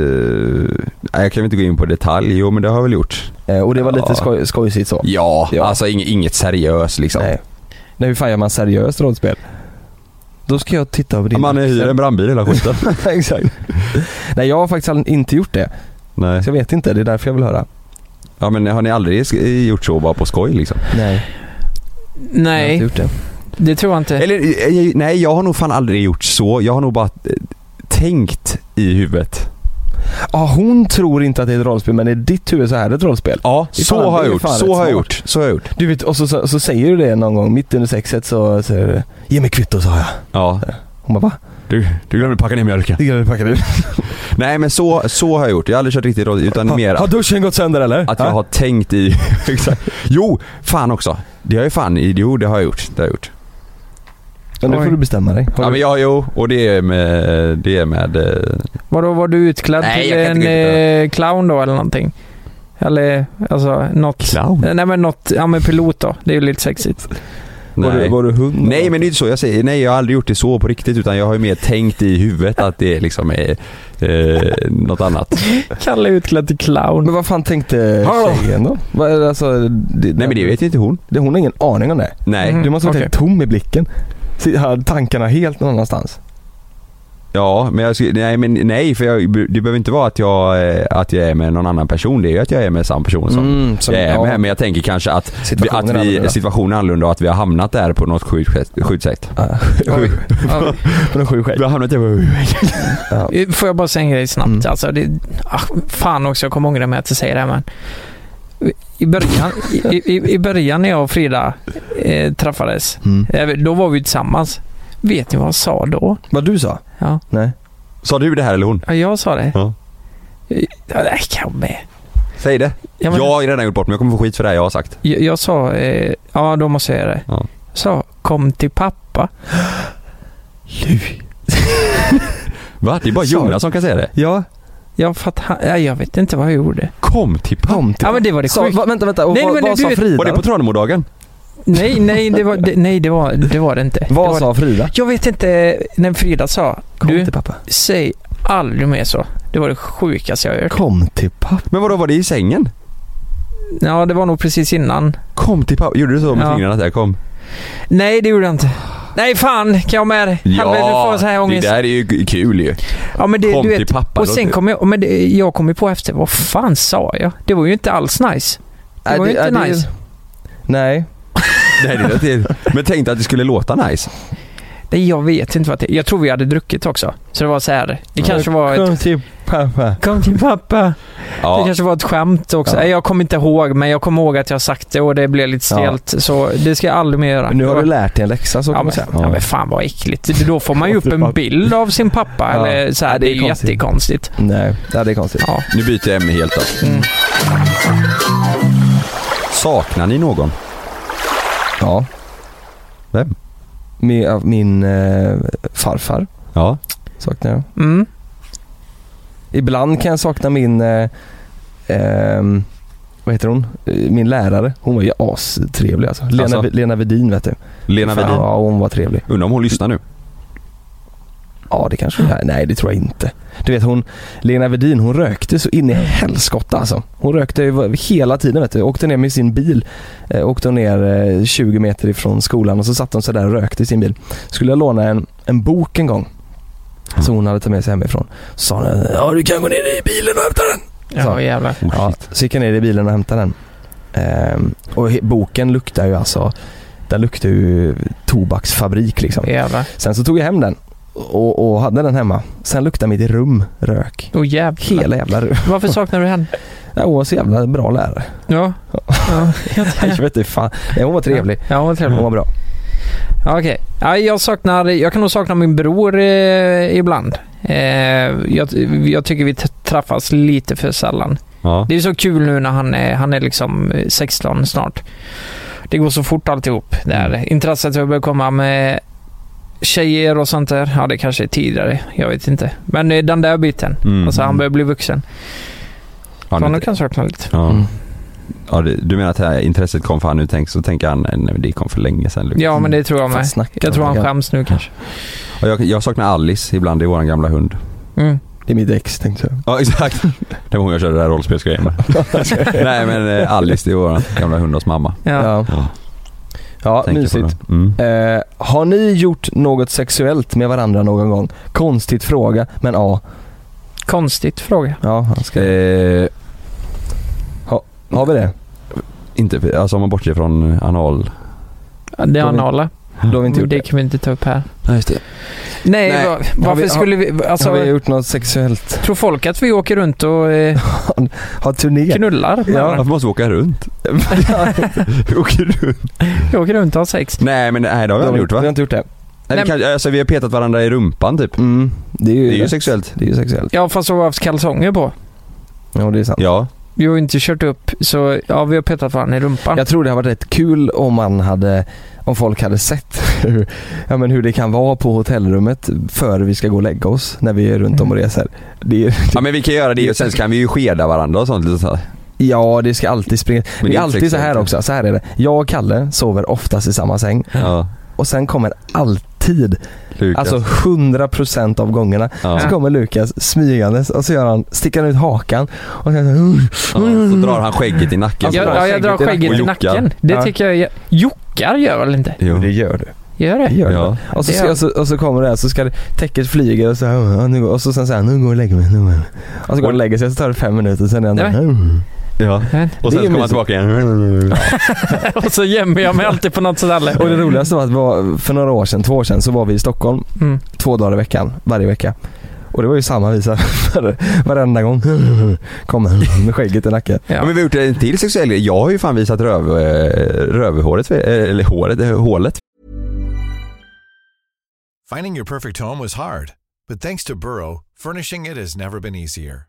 eh, nej, jag kan väl inte gå in på detalj, jo men det har jag väl gjort. Eh, och det var lite Ja. skoj, skojsigt så. Ja, Ja. alltså inget, inget seriöst liksom. Nej. Nej, hur fan gör man seriöst rollspel? Då ska jag titta på din Man hyr en brandbil hela skiten. [LAUGHS] Exakt. Nej, jag har faktiskt aldrig- inte gjort det. [LAUGHS] nej. Så jag vet inte, det är därför jag vill höra. Ja men har ni aldrig sk- gjort så bara på skoj liksom? Nej. Jag har inte Nej, gjort det. det tror jag inte. Eller eh, eh, nej, jag har nog fan aldrig gjort så. Jag har nog bara eh, tänkt i huvudet. Ja, hon tror inte att det är ett rollspel, men i ditt huvud så är det ett rollspel. Ja, Det är så fan- det har är jag gjort. fan Så rätt har jag smart. gjort. Så har jag gjort. Du vet, och så, så, så säger du det någon gång, mitt under sexet så säger du Ge mig kvitto sa jag. Ja. Hon bara va? Du, du glömde packa ner mjölken. Det kan du packa nu. Nej men så, så har jag gjort. Jag har aldrig kört riktigt roligt [LAUGHS] [LAUGHS] utan mer Har att, duschen gått sönder eller? att jag Ja. har tänkt i... [LAUGHS] Exakt. jo, fan också. Det har jag ju fan i... Jo, det har jag gjort. Det har jag gjort. Men nu Oj. får du bestämma dig. Har Ja du- men ja, jo. Och det är med... Det är med... eh, Vadå, var du utklädd Nej, till jag kan en inte gå ut eh, clown då eller någonting? Eller, alltså något... Clown? Nej men något, ja men pilot då. Det är ju lite [LAUGHS] sexigt. Var, du, Nej. var du hund? Nej men det är inte så jag säger, nej jag har aldrig gjort det så på riktigt utan jag har ju mer tänkt i huvudet att det liksom är eh, något annat. Kalle är utklädd till [LAUGHS] clown. Men vad fan tänkte Hallå? tjejen då? Vad är det, alltså, det, Nej men det vet ju inte hon. det. Hon har ingen aning om det. Nej. Mm, Du måste ha varit okej. helt tom i blicken. Si- Hade tankarna helt någon annanstans. Ja, men jag skulle, nej men nej för jag, det behöver inte vara att jag, eh, att jag är med någon annan person, det är ju att jag är med samma person som Mm, som- jag är ja. med. Men jag tänker kanske att, vi, Situationen att är vi, annorlunda. situationen är annorlunda och att vi har hamnat där på något sjukt sätt- sjukt sätt. Ja. [LAUGHS] Oj. Ja, På någon sjuk Vi har hamnat där ja. Får jag bara säga en grej snabbt? Mm. Alltså, det, ach, fan också, jag kommer ångra mig att jag säger det här men. I början, i, i, I början när jag och Frida eh, träffades, Mm. eh, då var vi tillsammans. Vet ni vad han sa då? Vad du sa? Ja, Nej. Sa du det här eller hon? ja jag sa det. Ja. Ja, nej, kan med. Säg det. Ja, men- Jag har ju redan gjort bort mig, jag kommer få skit för det här jag har sagt. Jag, jag sa, eh, ja då måste jag göra det. Ja. Sa, kom till pappa. Va? Det är bara Sa du? Jonas som kan säga det. Ja, Jag, fattar, ja, jag vet inte vad jag gjorde. Kom till pappa. kom till Ja men det var det Sa, sjukt. va, vänta, vänta. Och Nej, vad, men vad du sa vet- Frida? Var det på Tranemodagen? Nej, nej, det var det, nej, det, var, det, var det inte. det vad var, sa Frida? Jag vet inte när Frida sa, Kom du, till pappa. säg aldrig mer så. Det var det sjukaste jag har hört. Kom till pappa. Men vadå, var det i sängen? Ja, det var nog precis innan. Kom till pappa. Gjorde du så med Ja. fingrarna att jag kom? Nej, det gjorde jag inte. Nej, fan, kan jag med dig? Helvete, nu får jag så här det ångest. där är ju kul ju. Ja, men det, kom du vet. till pappa. Och sen låter- kom jag, men det, jag kom ju på efter, vad fan sa jag? Det var ju inte alls nice. Det Äh, var ju det- inte äh, det- nice. Nej. Nej, det lät ju- Men tänkte att det skulle låta nice. Nej, jag vet inte vad det Jag tror vi hade druckit också. Så det var så här. det Ja. kanske var ett... till pappa. Kom till pappa. Det Ja. kanske var ett skämt också. Ja. Nej, Jag kommer inte ihåg, men jag kommer ihåg att jag sagt det och det blev lite stelt. Så det ska jag aldrig mer göra. Men nu Det har var- du lärt dig en läxa så Ja kan man men, säga. ja men fan vad äckligt. Det- Då får man ju upp [LAUGHS] en bild av sin pappa. Ja. Eller så här, Ja, det, det är är ju konstigt. jättekonstigt. Nej, det här är konstigt. Ja. Nu byter jag ämne helt då. Mm. Saknar ni någon? Ja. Vem? Min, av min eh, farfar Ja. saknar jag. Mm. Ibland kan jag sakna min, eh, ehm, vad heter hon? Eh, Min lärare. Hon var ju astrevlig alltså. Lena, Alltså? Lena Vedin vet du. Lena Fan, Wedin. Ja, hon var trevlig. Undrar om hon lyssnar nu. Ja, det kanske nej, nej, det tror jag inte. Du vet hon, Lena Vedin, hon rökte så in i helskotta alltså. Hon rökte ju hela tiden vet du. Åkte ner med sin bil. Eh, åkte hon ner eh, 20 meter ifrån skolan och så satt hon så där och rökte i sin bil. Skulle jag låna en, en bok en gång. Som hon hade tagit med sig hemifrån. Så sa hon, ja du kan gå ner i bilen och hämta den. Ja, Så. jävlar. Oh, Ja, shit. så gick jag ner i bilen och hämtade den. Ehm, och he- boken luktar ju alltså, den luktar ju tobaksfabrik liksom. Jävlar. Sen så tog jag hem den och, och hade den hemma. Sen luktade mitt rum rök. Åh jävlar. Hela jävla rum. Varför saknar du henne? Ja, hon var så jävla bra lärare. [LAUGHS] Ja. ja. [LAUGHS] Jag vet inte fan. Nej, hon var trevlig. Ja, vad trevligt. Hon var bra. Ja, Okej. Ja, jag, saknar, jag kan nog sakna min bror eh, ibland. Eh, jag, jag tycker vi t- träffas lite för sällan. Ja. Det är så kul nu när han är, han är liksom eh, 16 snart. Det går så fort alltihop. Det här intresset jag börjar komma med tjejer och sånt där. Ja, det kanske är tidigare. Jag vet inte. Men eh, den där biten. Mm. Alltså han börjar bli vuxen. Så Ja, nu- han kan sakna lite. ja. Mm. Ja, det- du menar att det här intresset kom för han nu tänk, så tänker han nej, men det kom för länge sedan Lukas. Ja, men det tror jag med. snackar Jag tror om han det. skäms nu kanske. Och jag, jag saknar Alice ibland, det är våran gamla hund. Mm. Det är mitt ex tänkte jag. Ja exakt. Det var hon jag körde det här rollspelsgrejen med. [LAUGHS] Nej men eh, Alice, det är våran gamla hund hos mamma. [LAUGHS] Ja. Ja, Ja, ja tänker på mysigt. det. Mm. Eh, har ni gjort något sexuellt med varandra någon gång? Konstigt fråga, men ja. Konstigt fråga. Ja, han ska... Eh, Har vi det? inte, alltså om man bortser från anal. Ja, Det är Då vi- anala. Då har vi inte gjort Mm, Det typ det. kan vi inte ta upp här. Nej just det. Nej, Nej. va- vi- varför har- skulle vi... Alltså, har vi gjort något sexuellt? [LAUGHS] tror folk att vi åker runt och eh, Har turné? knullar? med Ja. varandra? Varför måste vi [LAUGHS] åka runt? åker runt? Vi åker runt och har sex. Nej men nej, det har vi aldrig gjort Vi har va? inte gjort det. Nej, Nej. vi, kan, alltså, vi har petat varandra i rumpan typ. Mm. Det är ju, Det är ju rätt. sexuellt. Det är ju sexuellt. Ja, fast så har vi haft kalsonger på. Ja, det är sant. Ja. Vi har ju inte kört upp, så ja, vi har petat varandra i rumpan. Jag tror det har varit rätt kul om man hade, om folk hade sett [LAUGHS] hur, ja, men hur det kan vara på hotellrummet före vi ska gå och lägga oss när vi är runt om och reser. Det är, Mm. ja men vi kan göra det och sen så kan vi ju skeda varandra och sånt. lite så här. [LAUGHS] ja, det ska alltid springa. Men det det är är alltid sexuellt, så här ja. också, så här är det. Jag och Kalle sover oftast i samma säng Ja. och sen kommer alltid, Lukas. alltså 100% av gångerna, ja. så kommer Lukas smygandes och så gör han, sticker han ut hakan och sen så, Ja, så drar han skägget i nacken. Ja, jag, drar ja, jag drar skägget i skägget nacken. i nacken. Och jockar. Det Ja. tycker jag... Jockar gör väl inte? Jo. Det gör du. Gör Det det? gör du. Ja. Och så, Det ska, gör- och, så, och så kommer det här, så ska det, täcket flyger och så här, "Ja, nu, går-" och så sen säger han nu går jag och lägger mig, nu går jag. Och så går han och lägger sig, så tar det fem minuter, sen är han där. ja. Men- Och Det är sen så kommer han mysigt. tillbaka igen. och så gömmer jag mig alltid på något ställe. Och det roligaste var att var, för några år sedan, två år sedan, så var vi i Stockholm Mm. två dagar i veckan, varje vecka. Och det var ju samma visa [LAUGHS] var, varenda gång. [LAUGHS] Kom han med skägget i nacken. Ja, men vi har gjort en till sexuell grej. Jag har ju fan visat röv, eh, rövhåret, eh, eller håret, eh, hålet. Finding your perfect home was hard, but thanks to Burrow, furnishing it has never been easier.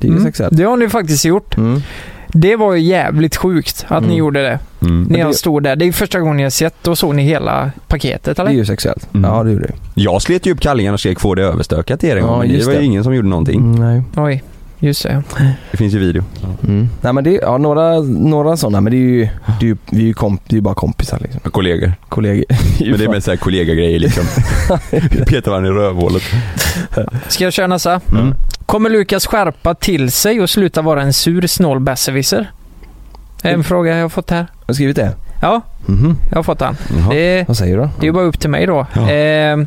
Det är ju Mm. sexuellt. Det har ni faktiskt gjort. Mm. Det var ju jävligt sjukt att Mm. ni gjorde det. Mm. När det- jag stod där. Det är första gången jag sett. Då såg ni hela paketet Det är eller? ju sexuellt. Mm. Ja det gjorde det. Jag slet ju upp kallingen och skrek få det överstökat till er en Ja, gång, men det just var ju det. ingen som gjorde Mm. någonting. nej. Oj, just det. Det finns ju video. Mm. Nej men det, ja några, några sådana men det är ju, det är ju, vi är ju, komp, det är ju bara kompisar liksom. [LAUGHS] Med kollegor. Kollegor. Men det är mest såhär kollegagrejer liksom. Petar varandra i rövhålet. Ska jag köra nästa? Mm. Kommer Lukas skärpa till sig och sluta vara en sur, snål besserwisser? En Mm. fråga jag har fått här. Har du skrivit det? Ja, Mhm. jag har fått den. Jaha. Det, Vad säger du då? det är ju bara upp till mig då. Ja. Eh,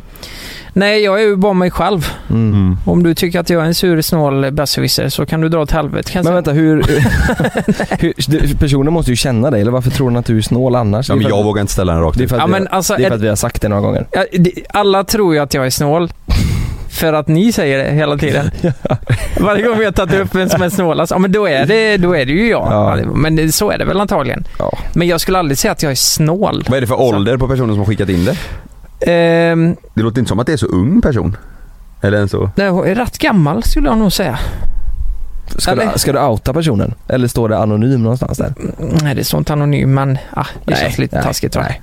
nej, jag är ju bara mig själv. Mm. Mm. Om du tycker att jag är en sur, snål besserwisser så kan du dra åt helvete kan jag Men säga. vänta, [LAUGHS] hur, hur... du- Personen måste ju känna dig, eller varför tror den att du är snål annars? Ja, Det är men för- jag vågar inte ställa den rakt det är ut. för att, Ja, vi, men alltså, det är är för att vi har sagt det några gånger. Ja, det, alla tror ju att jag är snål. För att ni säger det [LAUGHS] hela tiden. Varje gång vi har tagit upp vem som är snålast, ja men då är det, då är det ju jag. Ja. Men det, så är det väl antagligen. Ja. Men jag skulle aldrig säga att jag är snål. Vad är det för ålder på personen som har skickat in det? Ehm, Det låter inte som att det är så ung person. Eller en så... nej, hon är rätt gammal skulle jag nog säga. Ska, Eller- du, ska du outa personen? Eller står det anonym någonstans där? Nej, det står inte anonym men ah, det Nej, känns lite nej, taskigt va? nej.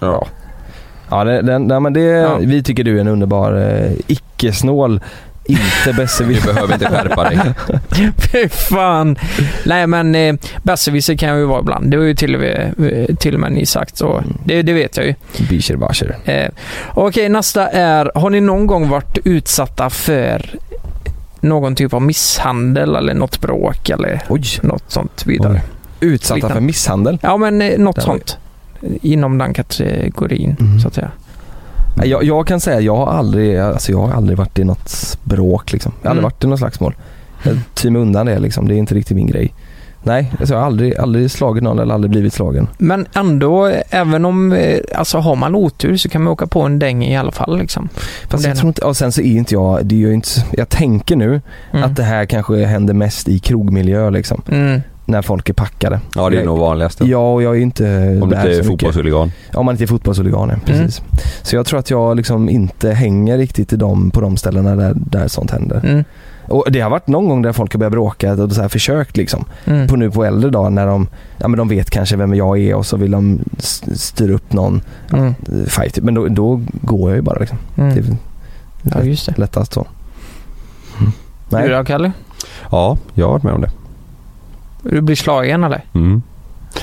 Ja, det, den- nej, men det, Ja. vi tycker du är en underbar eh, icke-snål, inte Du [LAUGHS] besserwisser. behöver inte skärpa dig. [LAUGHS] Fy fan. Nej men eh, besserwisser kan jag ju vara ibland. Det har ju till och med, eh, till och med ni sagt så. Mm. Det, det vet jag ju. Bisher basher. Eh, Okej, nästa är. Har ni någon gång varit utsatta för någon typ av misshandel eller något bråk eller Oj. något sånt vidare? Oj. Utsatta Liten. för misshandel. Ja, men eh, något Där var sånt. Inom den kategorin, Mm. så att säga. Nej, Jag, jag kan säga, jag har aldrig, alltså jag har aldrig varit i något bråk liksom. Jag har aldrig Mm. varit i något slagsmål. Jag tyr mig undan det liksom, det är inte riktigt min grej. Nej, alltså jag har aldrig, aldrig slagit någon eller aldrig blivit slagen. Men ändå, eh, även om, eh, alltså har man otur så kan man åka på en däng i alla fall liksom. Fast Det är jag tror inte, och sen så är inte jag, det är ju inte, jag tänker nu Mm. att det här kanske händer mest i krogmiljö liksom. Mm. när folk är packade. Ja det är nog vanligast. Ja, och jag är ju inte Om du där inte är så mycket. fotbollshuligan. Om man inte är fotbollshuligan, Mm. ja, precis. Så jag tror att jag liksom inte hänger riktigt i dem, på de ställena där, där sånt händer. Mm. Och det har varit någon gång där folk har börjat bråka och så här försökt liksom. Mm. På nu på äldre dag när de, ja men de vet kanske vem jag är och så vill de s- styra upp någon Mm. eh, fight. Men då, då går jag ju bara liksom. Mm. Det är Ja, just det. lättast så. Mm. Du Nej. då Kalle? Ja, jag har varit med om det. Du blir slagen eller? Mm.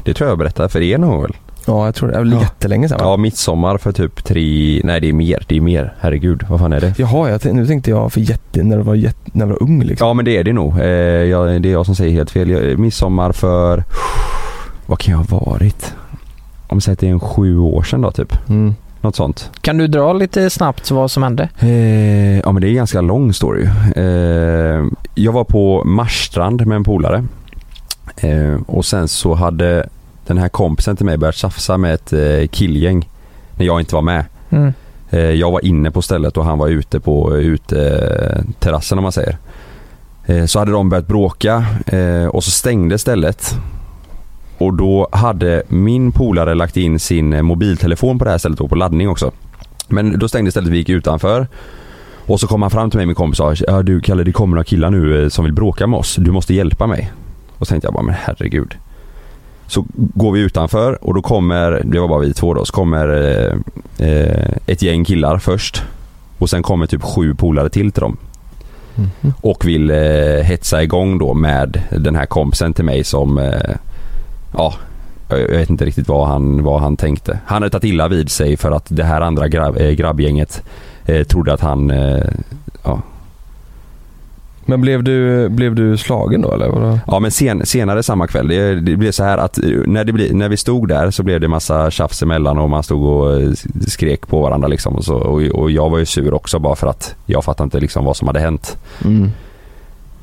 Det tror jag jag berättade för er någon gång väl? Ja, jag tror det. Det var Ja. jättelänge sedan va? Ja, midsommar för typ tre, nej det är mer, det är mer. Herregud, vad fan är det? Jaha, jag, tänkte- nu tänkte jag för jätte, när du var, jätte, när du var ung liksom. Ja men det är det nog. Eh, jag, det är jag som säger helt fel. Jag, eh, midsommar för, vad kan jag ha varit? Om vi säger att det är en sju år sedan då typ. Mm. Något sånt. Kan du dra lite snabbt vad som hände? Eh, ja men det är en ganska lång story ju. eh, Jag var på Marstrand med en polare. Eh, och sen så hade den här kompisen till mig börjat tjafsa med ett eh, killgäng. När jag inte var med. Mm. Eh, Jag var inne på stället och han var ute på uteterrassen om man säger. Eh, Så hade de börjat bråka eh, och så stängde stället. Och då hade min polare lagt in sin eh, mobiltelefon på det här stället och på laddning också. Men då stängde stället, vi gick utanför. Och så kom han fram till mig min kompis och sa "Ja, du Kalle det kommer några killar nu eh, som vill bråka med oss. Du måste hjälpa mig. Och så tänkte jag bara men herregud. Så går vi utanför och då kommer, det var bara vi två då, så kommer eh, eh, ett gäng killar först. Och sen kommer typ sju polare till till dem. Mhm. Och vill eh, hetsa igång då med den här kompisen till mig som... Eh, ja, jag jag vet inte riktigt vad han, vad han tänkte. Han hade tagit illa vid sig för att det här andra grabb, eh, grabbgänget eh, trodde att han... Eh, Men blev du, blev du slagen då eller? Vadå? ja men sen, senare samma kväll. Det, det blev så här att eh, när, det bli, när vi stod där så blev det massa tjafs emellan och man stod och eh, skrek på varandra liksom. Och, så, och, och jag var ju sur också bara för att jag fattade inte liksom vad som hade hänt. Mm.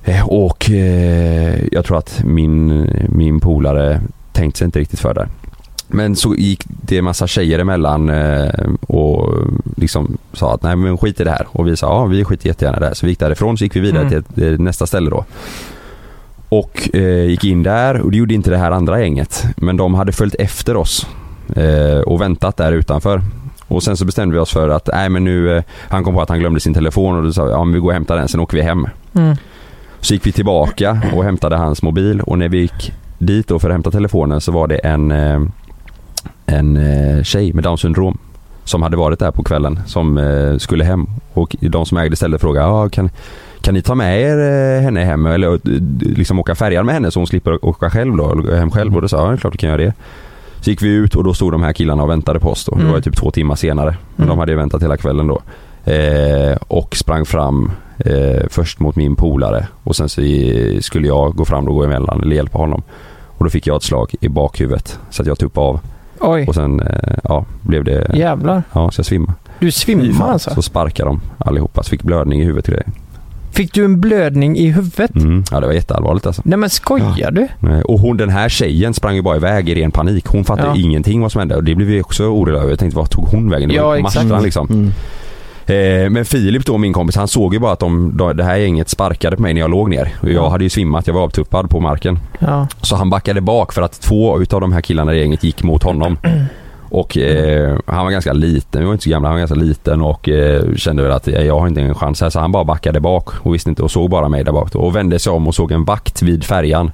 Eh, Och eh, jag tror att min, min polare tänkte sig inte riktigt för där. Men så gick det en massa tjejer emellan eh, och liksom sa att nej men skit i det här. Och vi sa ja vi skiter jättegärna i det här. Så vi gick därifrån så gick vi vidare Mm. till ett, eh, nästa ställe då. Och eh, gick in där och det gjorde inte det här andra gänget. Men de hade följt efter oss eh, och väntat där utanför. Och sen så bestämde vi oss för att nej men nu, eh, han kom på att han glömde sin telefon och då sa vi ja men vi går och hämtar den sen åker vi hem. Mm. Så gick vi tillbaka och hämtade hans mobil och när vi gick dit då för att hämta telefonen så var det en, eh, en eh, tjej med Downs syndrom som hade varit där på kvällen som eh, skulle hem och de som ägde stället frågade ah, kan, kan ni ta med er eh, henne hem eller eh, liksom åka färjan med henne så hon slipper åka själv då, eller gå hem själv och då sa jag klart vi kan göra det. Så gick vi ut och då stod de här killarna och väntade på oss då. Det var ju Mm. typ två timmar senare. Men Mm. de hade ju väntat hela kvällen då. Eh, och sprang fram eh, först mot min polare och sen så eh, skulle jag gå fram och gå emellan eller hjälpa honom. Och då fick jag ett slag i bakhuvudet så att jag tuppade av Oj, och sen eh, ja, blev det, jävlar. ja så jag svimmade. Du svimmar alltså? Så sparkade de allihopa så fick blödning i huvudet till det. Fick du en blödning i huvudet? Mm. Ja det var jätteallvarligt alltså. Nej men skojar du? Nej, Och hon, den här tjejen sprang ju bara iväg i ren panik. Hon fattade Ja. ingenting vad som hände och det blev vi också oroliga över. Jag tänkte, vart tog hon vägen? Det Ja, var ju på exakt. Marstrand, liksom. Mm. Eh, men Filip då, min kompis, han såg ju bara att de, de, det här gänget sparkade på mig när jag låg ner. Och Jag Ja. hade ju svimmat, jag var avtuppad på marken. Ja. Så han backade bak för att två utav de här killarna i gänget gick mot honom. Och eh, han var ganska liten, vi var inte så gamla, han var ganska liten och eh, kände väl att eh, jag har inte en chans här. Så han bara backade bak och visste inte och såg bara mig där bak då, och vände sig om och såg en vakt vid färjan.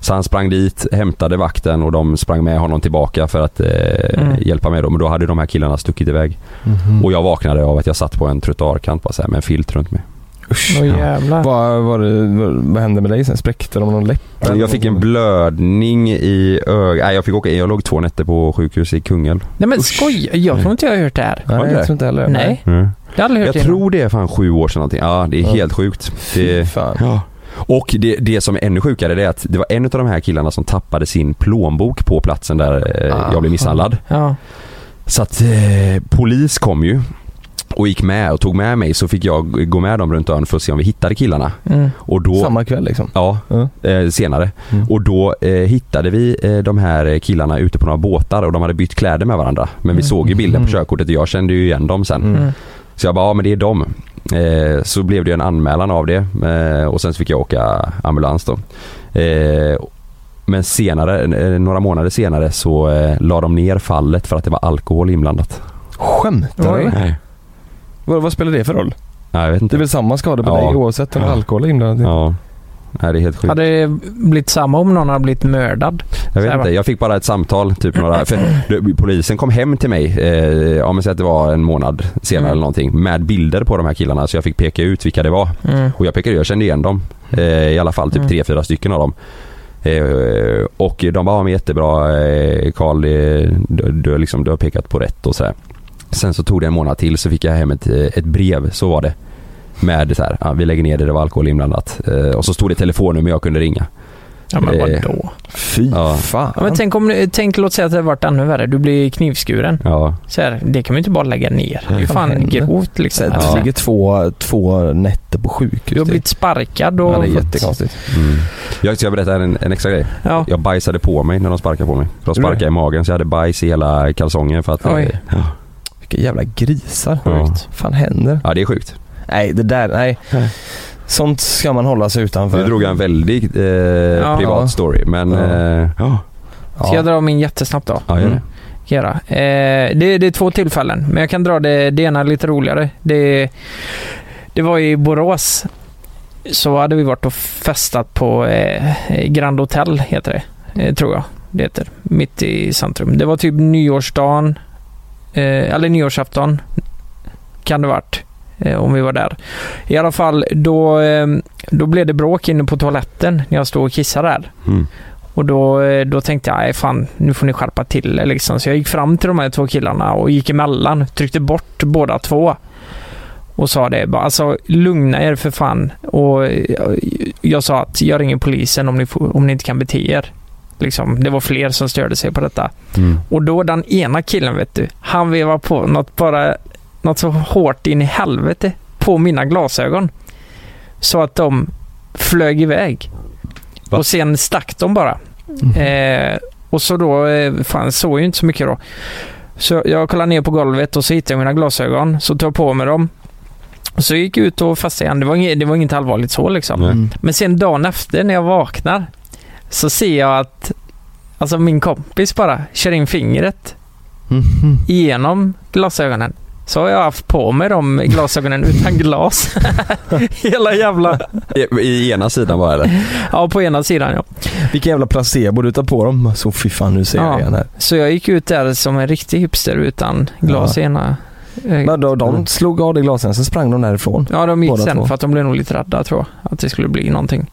Så han sprang dit, hämtade vakten och de sprang med honom tillbaka för att eh, Mm. hjälpa mig då. Men då hade de här killarna stuckit iväg. Mhm. Och jag vaknade av att jag satt på en trottoarkant bara så här, med en filt runt mig. Usch. Oj jävlar. Vad, vad, vad, vad hände med dig sen? Spräckte de någon läpp? Men Alltså, jag fick Mm. en blödning i ögat. Nej, jag fick åka in. Jag låg två nätter på sjukhus i Kungälv. Nej men Usch. skoja, jag tror inte jag har hört det här. Nej, Var det? jag tror inte heller Nej, det har jag aldrig hört Mm. Jag innan. tror det är fan sju år sedan någonting. Ja, det är Ja. helt sjukt. Fy Det, fan. ja. Och det, det som är ännu sjukare det är att det var en av de här killarna som tappade sin plånbok på platsen där eh, Ah. jag blev misshandlad. Ja. Så att eh, polis kom ju och gick med och tog med mig så fick jag gå med dem runt ön för att se om vi hittade killarna. Mm. Och då, Samma kväll liksom. Ja, eh, senare. Mm. Och då eh, hittade vi eh, de här killarna ute på några båtar och de hade bytt kläder med varandra. Men vi Mm. såg ju bilden på Mm. körkortet och jag kände ju igen dem sen. Mm. Mm. Så jag bara, ja men det är dem. Eh, så blev det ju en anmälan av det eh, och sen så fick jag åka ambulans då. Eh, Men senare, eh, några månader senare så eh, la de ner fallet för att det var alkohol inblandat. Skämtar Oj. du? Nej. Vad, vad spelar det för roll? Nej, jag vet Det är inte. väl samma skada på Ja. dig oavsett om Ja. alkohol är inblandad? Ja. Nej, det är helt sjukt. Hade det blivit samma om någon hade blivit mördad? Jag vet Så här inte, va? jag fick bara ett samtal. Typ några, för du, polisen kom hem till mig, eh, ja men säg att det var en månad senare Mm. eller någonting, med bilder på de här killarna så jag fick peka ut vilka det var. Mm. Och jag pekade, jag kände igen dem. Eh, I alla fall typ Mm. tre, fyra stycken av dem. Eh, och de bara, ja men jättebra eh, Karl, eh, du, du, har liksom, du har pekat på rätt och sådär. Sen så tog det en månad till så fick jag hem ett, eh, ett brev, så var det. Med så här, ja, vi lägger ner det, det var alkohol inblandat. Eh, och så stod det telefonnummer jag kunde ringa. Ja men Eh, vadå? Fy Ja. fan. Ja, men tänk om, tänk låt säga att det hade varit ännu värre. Du blir knivskuren. Ja, Så här, det kan man ju inte bara lägga ner. Det är ju Vad fan händer? grovt liksom. Sen Ja. ligger två, två nätter på Du har sjukhus. typ. blivit sparkad ja, och... det är jättekonstigt. Mm. Jag ska berätta en, en extra grej. Ja. Jag bajsade på mig när de sparkade på mig. De Gjorde sparkade du? i magen så jag hade bajs i hela kalsongen för att... eh, Oj. Ja. Vilka jävla grisar. Ja. Sjukt. fan händer? Ja det är sjukt. Nej, det där, nej. Nej. Sånt ska man hålla sig utanför. Nu drog jag en väldigt eh, Ja. privat story men... Ja. Mm. Eh, ja. Ja. Ska jag dra min jättesnabbt då? Ja, gör det. Kan jag göra. Eh, det, det är två tillfällen, men jag kan dra det, det ena lite roligare. Det, det var i Borås. Så hade vi varit och festat på eh, Grand Hotel, heter det. Eh, tror jag det heter. Mitt i centrum. Det var typ nyårsdagen. Eh, eller nyårsafton. Kan det varit. Eh, om vi var där. I alla fall, då, eh, då blev det bråk inne på toaletten när jag stod och kissade där. Mm. Och då, eh, då tänkte jag, nej fan, nu får ni skärpa till er", liksom. Så jag gick fram till de här två killarna och gick emellan, tryckte bort båda två. Och sa det bara, alltså lugna er för fan. Och jag, jag sa att jag ringer polisen om ni, får, om ni inte kan bete er. Liksom, det var fler som störde sig på detta. Mm. Och då den ena killen vet du, han vevade på något bara, något så hårt in i helvete på mina glasögon. Så att de flög iväg. Va? Och sen stack de bara. Eh, och så då, eh, fan såg ju inte så mycket då. Så jag kollade ner på golvet och så hittade jag mina glasögon. Så tog jag på mig dem. Och så gick jag ut och fastnade igen. Det var inget, det var inget allvarligt så liksom. Nej. Mm. Men sen dagen efter när jag vaknar så ser jag att alltså min kompis bara kör in fingret Mhm. genom glasögonen. Så har jag haft på mig de glasögonen utan glas. [LAUGHS] Hela jävla... I, I ena sidan [LAUGHS] bara eller? Ja, på ena sidan ja. Vilken jävla placebo du tar på dem. Så fy fan, nu ser jag Ja. igen här. Så jag gick ut där som en riktig hipster utan glas i ena ögat. Men då, Mm. de slog av dig glasen, sen sprang de därifrån. Ja, de gick Båda sen två. för att de blev nog lite rädda tror jag. Att det skulle bli någonting.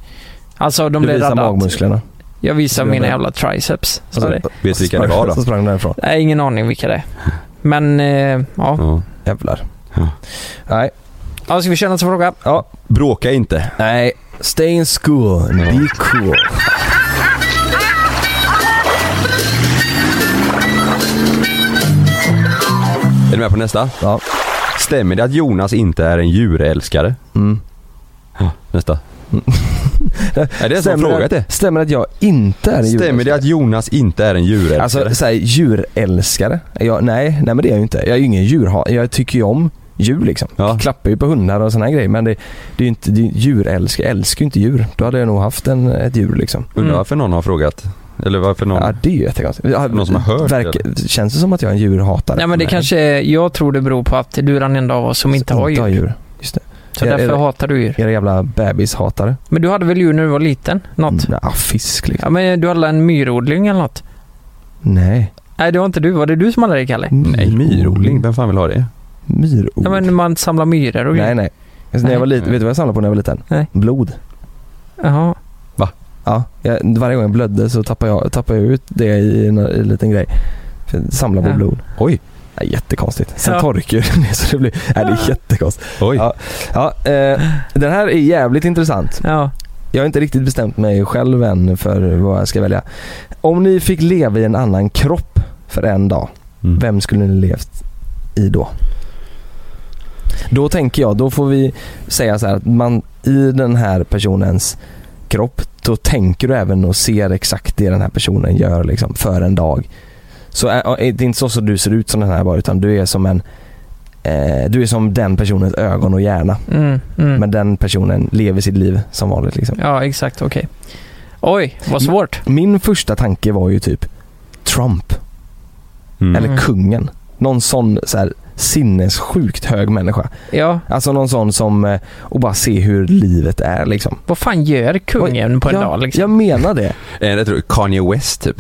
Alltså de du blev visar rädda. att- magmusklerna. Jag visar Du Alltså. blev mina rädd. jävla triceps. Så det, Vet du vilka det var Så då? sprang de därifrån. nej, ingen aning vilka det är. Men eh, ja. Ja. Jävlar. Ja. Nej. ja. Ska vi köra nästa fråga? Ja. Bråka inte. Nej. Stay in school and be cool. Är du med på nästa? Ja. Stämmer det att Jonas inte är en djurälskare? Mm. Ja, [LAUGHS] nästa. är det en sån Stämmer fråga att- det? Stämmer det att jag inte är en Stämmer det att Jonas inte är en djurälskare? Alltså såhär djurälskare? Jag, nej, nej men det är jag ju inte. Jag är ju ingen djurha. Jag tycker ju om djur liksom. Ja. Klappar ju på hundar och såna här grejer. Men det, det är ju inte det är djurälskare. Jag älskar ju inte djur. Då hade jag nog haft en, ett djur liksom. Undrar Mm. varför någon har frågat? Eller varför någon... Ja det är ju jättekonstigt. Ja, Någon som har hört verkar- Känns det som att jag är en djurhatare? Nej men det kanske, är- jag tror det beror på att du är den enda av oss som inte har djur. Just det. Så Ja, därför eller- hatar du djur. Era jävla bebishatare. Men du hade väl djur när du var liten? Något? Nej, fisk liksom. Ja men du hade en myrodling eller något? Nej. Mm. Nej det var inte du, var det du som hade det Kalle? Nej, Oh. myrodling. Vem fan vill ha det? Myrodling. Ja men man samlar myror och Nej nej. Alltså, när jag var liten, Nej. vet du vad jag samlade på när jag var liten? Nej. Blod. Jaha. Ja, jag, varje gång jag blödde så tappade jag, tappade jag ut det i en, i en liten grej. För att Samla på Ja. blod. Oj. Ja, jättekonstigt. Sen Ja. torkar [LAUGHS] ju det så det blir... Nej, det är jättekonstigt. Oj. Ja. Ja, eh, den här är jävligt intressant. Ja. Jag har inte riktigt bestämt mig själv än för vad jag ska välja. Om ni fick leva i en annan kropp för en dag, Mm. vem skulle ni levt i då? Då tänker jag, då får vi säga så här att man i den här personens kropp, då tänker du även och ser exakt det den här personen gör liksom för en dag. Så är, är det är inte så som du ser ut som den här bara utan du är som en eh, du är som den personens ögon och hjärna. Mm, mm. Men den personen lever sitt liv som vanligt liksom. Ja exakt, okej. Oj, Mm. vad svårt. Min första tanke var ju typ Trump Mm. eller Mm. kungen. Någon sån så här, sinnessjukt hög människa. Ja, Alltså någon sån som, eh, och bara se hur livet är liksom. vad fan gör kungen på en ja, dag liksom? Jag menar det. Eh, det tror jag, Kanye West typ.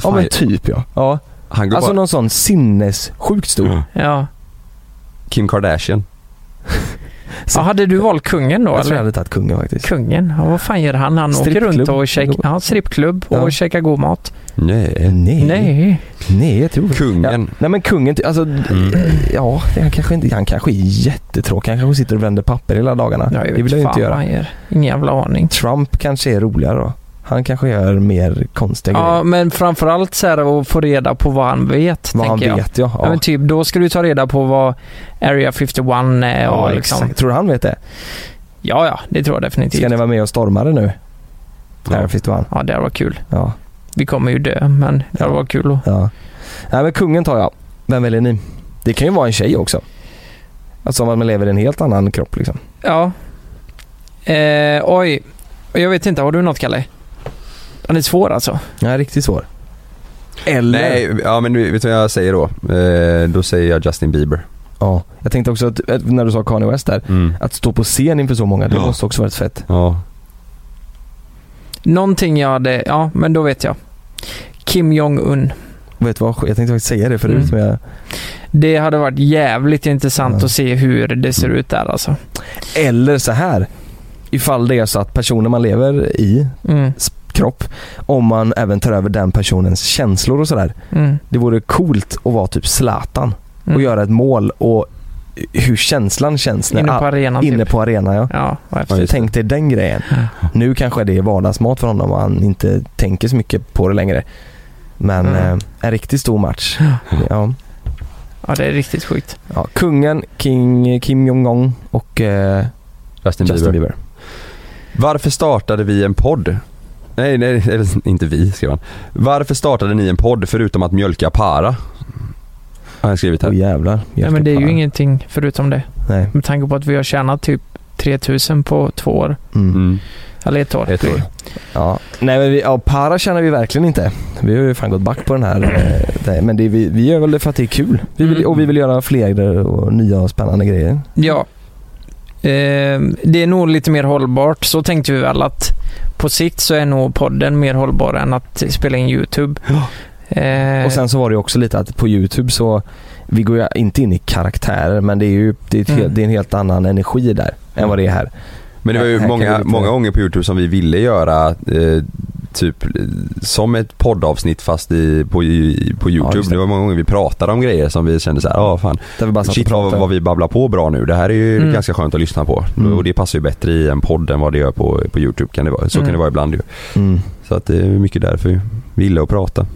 Ja fan, men typ ja. ja. han går Alltså bara... någon sån sinnessjukt stor. Mm. Ja. Kim Kardashian. ja. Hade du valt kungen då Alltså, Jag tror jag eller? hade tagit kungen faktiskt. Kungen? Ja, vad fan gör han? Han åker Strippklubb. runt och käkar... Ja, strippklubb och Ja. käkar god mat. Nej. Eh, Nej. Nej. Nej, jag tror Kungen. Nej men kungen, ty- alltså Mm. ja, han kanske, inte, han kanske är jättetråkig. Han kanske sitter och vänder papper hela dagarna. Ja, jag det vill jag ju fan inte vad göra. han gör. Ingen jävla aning. Trump kanske är roligare då. Han kanske gör mer konstiga Ja, grejer. men framförallt så här att få reda på vad han vet, Vad han tänker jag. vet ja. Ja. men typ, då ska du ta reda på vad Area 51 är Ja, och liksom... exakt. Tror du han vet det? Ja, ja, det tror jag definitivt. Ska ni vara med och storma det nu? Ja. Här Ja. finns det han. Ja, det var kul. Ja, Vi kommer ju dö, men det var kul att... ja. Nej men kungen tar jag. Vem väljer ni? Det kan ju vara en tjej också. Alltså om man lever i en helt annan kropp liksom. Ja. Eh, oj. Jag vet inte, har du något Kalle? Den är svår alltså. Nej, riktigt svår. Eller? Nej, ja men vet du vad jag säger då? Eh, då säger jag Justin Bieber. Ja. Jag tänkte också att, att när du sa Kanye West där, att stå på scen inför så många, det Ja. måste också varit fett. Ja. Någonting jag hade... Ja, men då vet jag. Kim Jong-Un. Vet du vad, jag tänkte faktiskt säga det förut Mm. men jag... Det hade varit jävligt intressant Ja. att se hur det ser ut där alltså. Eller så här Ifall det är så att personen man lever i Mm, kropp, om man även tar över den personens känslor och sådär. mm, Det vore coolt att vara typ Zlatan mm. och göra ett mål och hur känslan känns när Inne all- på arenan inne typ. på arenan. Ja. Ja, vad häftigt. Ja, just det. Tänk dig den grejen. Nu kanske det är vardagsmat för honom och han inte tänker så mycket på det längre. Men Mm. eh, en riktigt stor match. Ja. Ja. Ja, det är riktigt sjukt. Ja. Kungen, King, Kim Jong-Un och eh, Justin Justin, Bieber. Bieber. Varför startade vi en podd? Nej, nej, [LAUGHS] eller inte vi skrev han. Varför startade ni en podd förutom att mjölka para? Har jag skrivit Åh här. jävlar. Nej, men det är ju Jäklar. ingenting förutom det. Nej. Med tanke på att vi har tjänat typ 3000 på två år. Mm. Mm. Eller ett år. Ett år. Ja. Nej men vi, ja, para tjänar vi verkligen inte. Vi har ju fan gått back på den här. eh, det- Men det, är vi, vi gör väl det för att det är kul. Vi vill, Mm. Och vi vill göra fler och nya och spännande grejer. Ja. Eh, det är nog lite mer hållbart. Så tänkte vi väl att på sikt så är nog podden mer hållbar än att spela in YouTube. Eh, Och sen så var det ju också lite att på YouTube så, vi går ju inte in i karaktärer men det är ju det är ett, Mm. helt- det är en helt annan energi där än vad det är här. Men det var Här ju kan vi många, lite- många gånger på Youtube som vi ville göra eh, typ eh, som ett poddavsnitt fast i, på, i, på Youtube. just det. det. var många gånger vi pratade om grejer som vi kände så här, ah, fan, Där vi bara satt och shit vad, pratade. vad vi babblar på bra nu. Det här är ju Mm. ganska skönt att lyssna på. Mm. Och det passar ju bättre i en podd än vad det gör på, på Youtube. Kan det vara. Så Mm. kan det vara ibland ju. Mm. Så att det är mycket därför vi gillar att prata.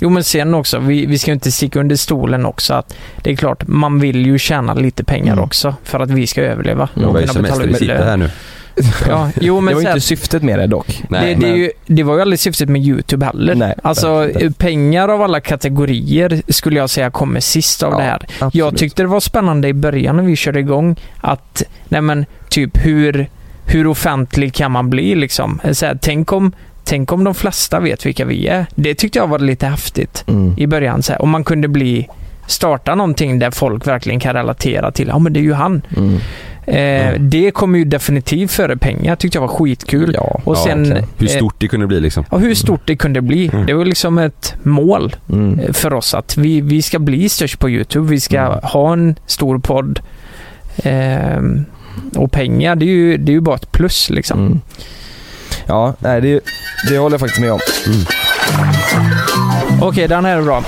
Jo men sen också, vi, vi ska ju inte sticka under stolen också att det är klart, man vill ju tjäna lite pengar Mm. också för att vi ska överleva. Ja, Det Och var ju kunna betala semester ut vi sitter lön. här nu. Ja, jo Det men Typ. var ju sen, inte syftet med det dock. Nej, det, det, är men- ju, det var ju aldrig syftet med YouTube heller. Nej, alltså verkligen pengar av alla kategorier skulle jag säga kommer sist av Ja, det här. Absolut. Jag tyckte det var spännande i början när vi körde igång att, nej men, typ hur, hur offentlig kan man bli liksom? Så här, tänk, om, tänk om de flesta vet vilka vi är. Det tyckte jag var lite häftigt Mm. i början. Så här, om man kunde bli starta någonting där folk verkligen kan relatera till. Ja, men det är ju han. Mm. Eh, Det kommer ju definitivt före pengar. Tyckte jag var skitkul. Ja. Och Ja, sen... verkligen. Hur eh, stort det kunde bli liksom. Ja, hur stort det kunde bli. Mm. Det var liksom ett mål Mm. eh, för oss att vi, vi ska bli störst på YouTube. Vi ska Mm. ha en stor podd. Ehm, och pengar, det är, ju, det är ju bara ett plus liksom. Mm. Ja, nej, det, det håller jag faktiskt med om. Mm. Okej, den här är bra.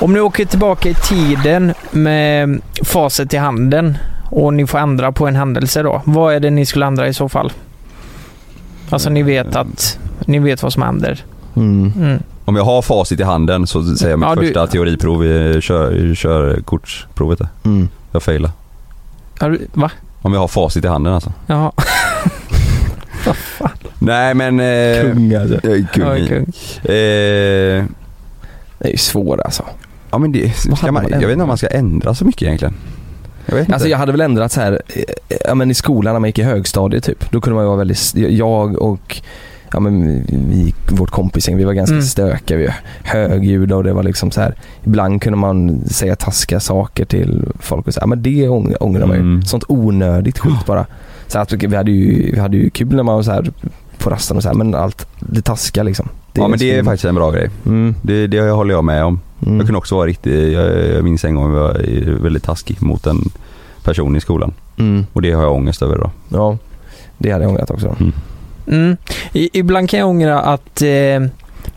Om ni åker tillbaka i tiden med facit i handen och ni får ändra på en händelse då. Vad är det ni skulle ändra i så fall? Alltså ni vet att ni vet vad som händer. Mm. Mm. Om jag har facit i handen så säger jag mitt Ja, du- första teoriprov i kör, körkortsprovet. där. Mm. Jag failade. Har du- Va? Om jag har facit i handen alltså. Jaha. Nej men... Eh, Kung alltså. eh, kung. Ja, kung. Eh, Det är ju svårt alltså. ja men det... hade Ska man man, jag vet inte ändrat? om man ska ändra så mycket egentligen. Jag vet inte. Alltså jag hade väl ändrat eh, typ. så här, eh, ja men i skolan när man gick i högstadiet typ. Då kunde man ju vara väldigt, jag och ja men vi, vårt kompisgäng, vi var ganska Mm. stökiga, vi var högljudda och det var liksom så här. Ibland kunde man säga taskiga saker till folk och så, ja men det ång- ångrar man ju. Mm. Sånt onödigt skit bara. Så att vi hade ju, vi hade ju kul när man var så här på rasten och så här, men allt det taskiga liksom. ja men det är liksom- faktiskt en bra grej. Mm, Det, det håller jag med om. mm. Jag kunde också vara riktigt, jag, jag minns en gång jag var väldigt taskig mot en person i skolan. Mm, Och det har jag ångest över idag. ja, det hade jag ångrat också. Mm. I, ibland kan jag ångra att eh,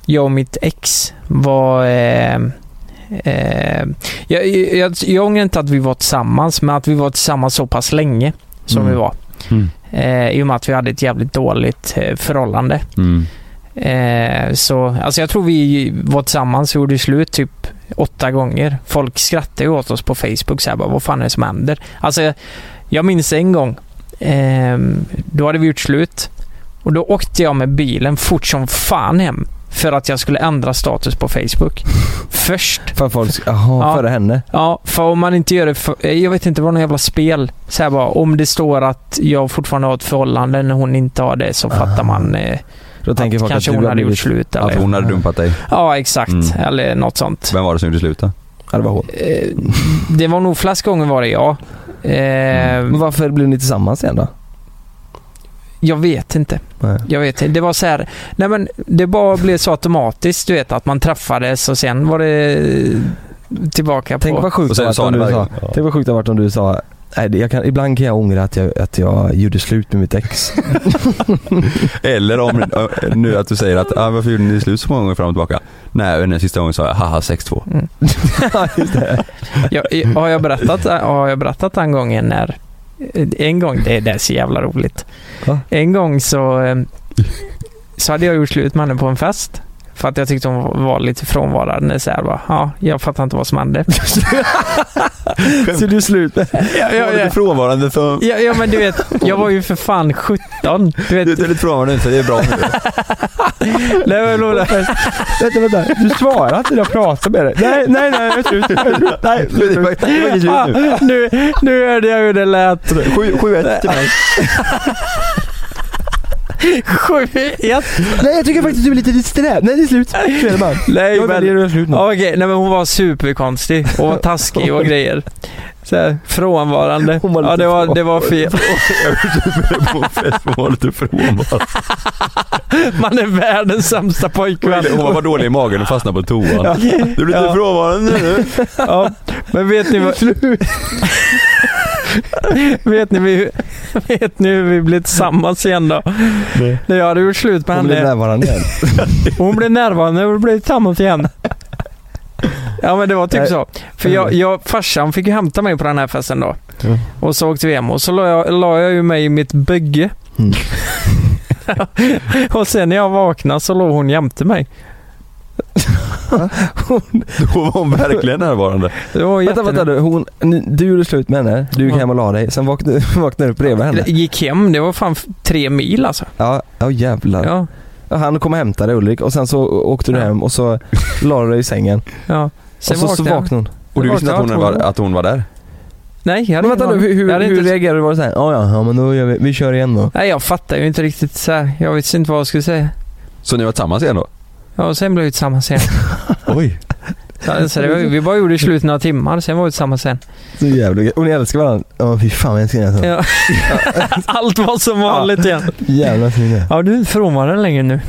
jag och mitt ex var... Eh, eh, jag, jag, jag ångrar inte att vi var tillsammans, men att vi var tillsammans så pass länge som Mm. vi var. Eh, I och med att vi hade ett jävligt dåligt eh, förhållande. Mm. Eh, så, alltså jag tror vi var tillsammans och gjorde slut typ åtta gånger. Folk skrattade ju åt oss på Facebook så här, bara, vad fan är det som händer? Alltså, jag, jag minns en gång. Eh, då hade vi gjort slut. Och då åkte jag med bilen fort som fan hem. För att jag skulle ändra status på Facebook. Först. För [LAUGHS] folk, jaha, Ja. före henne. Ja, för om man inte gör det för, eh, Jag vet inte, det var något jävla spel. Så här bara, om det står att jag fortfarande har ett förhållande när hon inte har det så fattar man eh, Då tänker att folk att kanske du hon har hade gjort blivit... slut. Eller, Att hon hade dumpat dig. Ja, exakt. Mm. Eller något sånt. Vem var det som gjorde slut då? Ja, det var hon. Eh, Det var nog flest gånger var det jag. Eh, Men varför blev ni tillsammans igen då? Jag vet inte. Nej. Jag vet inte. Det var så här, nej men det bara blev så automatiskt du vet att man träffades och sen var det eh, tillbaka Tänk på... vad sjukt Och det sen hade varit sa om du ni varje sa, gång. Ja. Tänk vad sjukt det hade varit om du sa Nej, det- jag kan, ibland kan jag ångra att jag, att jag gjorde slut med mitt [LAUGHS] ex. [LAUGHS] Eller om ö, nu att du säger att ah, varför gjorde ni slut så många gånger fram och tillbaka? Nej, den sista gången sa jag haha 6-2. Ja, just det. Jag, jag- har, jag berättat, har jag berättat den gången när... En gång, det, det är så jävla roligt. Va? En gång så, eh, så hade jag gjort slut med henne på en fest. För att jag tyckte hon var lite frånvarande. Så här, bara, ja, jag fattar inte vad som hände. Så du slut med? Ja, Jag var ja, lite ja. frånvarande så... Ja, ja, men du vet, jag var ju för fan 17. Du Du vet, du är lite frånvarande så det är bra nu. nej, men, Ola, Vänta, vänta. Du svarar inte när jag pratar med dig. Nej, nej, nej. Jag är slut. Jag är slut. Nej, Det var- det var inget slut ah, nu. nu, nu hörde jag hur det lät. 7-1 till mig. 7-1. Ah, Nej, jag tycker faktiskt att du är lite disträ. Nej, det är slut. Så är det bara. Nej, Jag men väljer att göra slut nu. Ja, Okej, nej men hon var superkonstig och taskig och grejer. Så här, frånvarande. Hon var lite [LAUGHS] ja, det var, det var fel. Jag gjorde det på en fest, hon var lite frånvarande. Man är världens sämsta pojkvän. Hon var dålig i magen och fastnade på toan. Du är lite Ja. frånvarande nu. Ja, men vet ni vad... vet, ni, vi- vet ni hur vi blev tillsammans igen då? Nej. När jag hade gjort slut med Hon eh, blev henne. närvarande [LAUGHS] igen. Hon blev närvarande och vi blev tillsammans igen. Ja men det var typ Nej. Mm. så. För jag, jag, farsan fick ju hämta mig på den här festen då. Ja. Och så åkte vi hem och så la jag, la jag ju mig i mitt bygge. Mm. [LAUGHS] och sen när jag vaknade så låg hon jämte mig. Då var hon verkligen närvarande. Det var Vänta, vänta jättenär- du. Hon, ni- du gjorde slut med henne. Du gick Ja. hem och la dig. Sen vaknade, vaknade du upp bredvid henne. Gick hem, det var fan f- tre mil alltså. Ja, ja jävlar. Ja, Ja, Han kom och hämtade Ulrik och sen så åkte du Ja. hem och så la du dig i sängen. ja. [LAUGHS] Sen och så, så vaknade jag. vaknade hon. Och du visste inte att hon var, att hon var där? Nej, jag hade Men vänta ingen nu, hur, aning. hur, jag hade hur inte... reagerade du? Var det såhär, ja ja, ja men då gör vi, vi kör igen då. Nej, jag fattar ju inte riktigt så här. Jag visste inte vad jag skulle säga. Så ni var tillsammans igen då? Ja, och sen blev vi tillsammans igen. Oj. Så, alltså, det var, ju- vi bara gjorde slut några timmar, sen var vi tillsammans igen. Så jävla gött. Och ni älskar varandra? Ja fy fan vad jag älskar er alltså. Ja. Allt var som vanligt igen. Jävla fin [LAUGHS] ni är. Ja, du är inte frånvarande längre nu.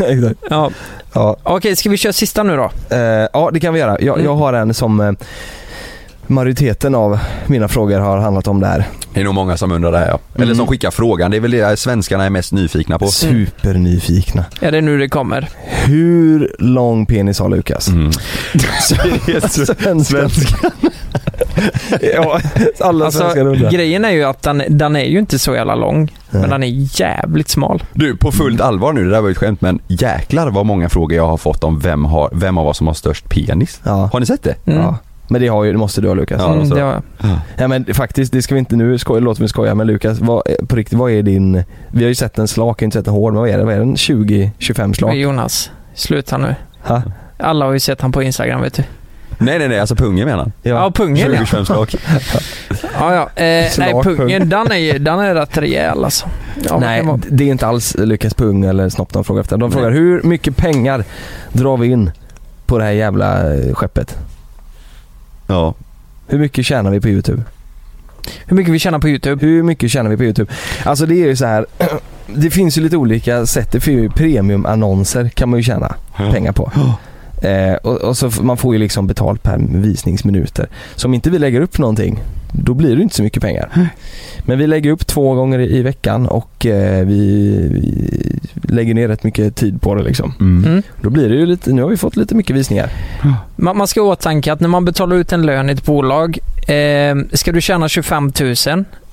Exakt. Ja. Ja, Okej, ska vi köra sista nu då? eh, ja det kan vi göra. Jag, Mm. jag har en som eh, majoriteten av mina frågor har handlat om där. Det är nog många som undrar det här ja. Eller Mm. som skickar frågan. Det är väl det svenskarna är mest nyfikna på. Supernyfikna. Är det nu det kommer? Hur lång penis har Lukas? [LAUGHS] Mm. [LAUGHS] Svenskan. Svenskan. ja, alla Alltså, svenskar undrar. grejen är ju att den, den är ju inte så jävla lång, men Nej. den är jävligt smal. Du, på fullt allvar nu, det där var ju ett skämt men jäklar vad många frågor jag har fått om vem, har, vem av oss som har störst penis. Ja. Har ni sett det? Mm. ja. Men det, har ju, det måste du ha Lukas. Ja, mm, så. det var, Ja men faktiskt, det ska vi inte nu skoja, låt mig skoja men Lukas, vad, eh, på riktigt, vad är din... Vi har ju sett en slak, inte sett en hård, men vad är det? Vad är den? 20-25 men slak? Jonas, sluta nu. Ha? Alla har ju sett han på Instagram vet du. Nej nej nej, alltså pungen menar han. Ja, pungen ja. 25 slag. ja, ja. Eh, nej, Slag, pungen den är, ju- den är rätt rejäl alltså. Ja, Nej, men- det är inte alls Lukas Pung eller Snopp de frågar efter. De frågar hur mycket pengar drar vi in på det här jävla eh, skeppet? Ja. Hur mycket tjänar vi på YouTube? Hur mycket vi tjänar på YouTube? Hur mycket tjänar vi på YouTube? Alltså det är ju så här. [CLEARS THROAT] Det finns ju lite olika sätt. Det finns ju premiumannonser kan man ju tjäna pengar på. Eh, och, och så f- Man får ju liksom betalt per visningsminuter. Så om inte vi lägger upp någonting, då blir det inte så mycket pengar. Men vi lägger upp två gånger i i veckan och eh, vi, vi lägger ner rätt mycket tid på det liksom. Mm. Mm. Då blir det ju lite, nu har vi fått lite mycket visningar. Man, man ska ha i åtanke att när man betalar ut en lön i ett bolag, eh, ska du tjäna 25 000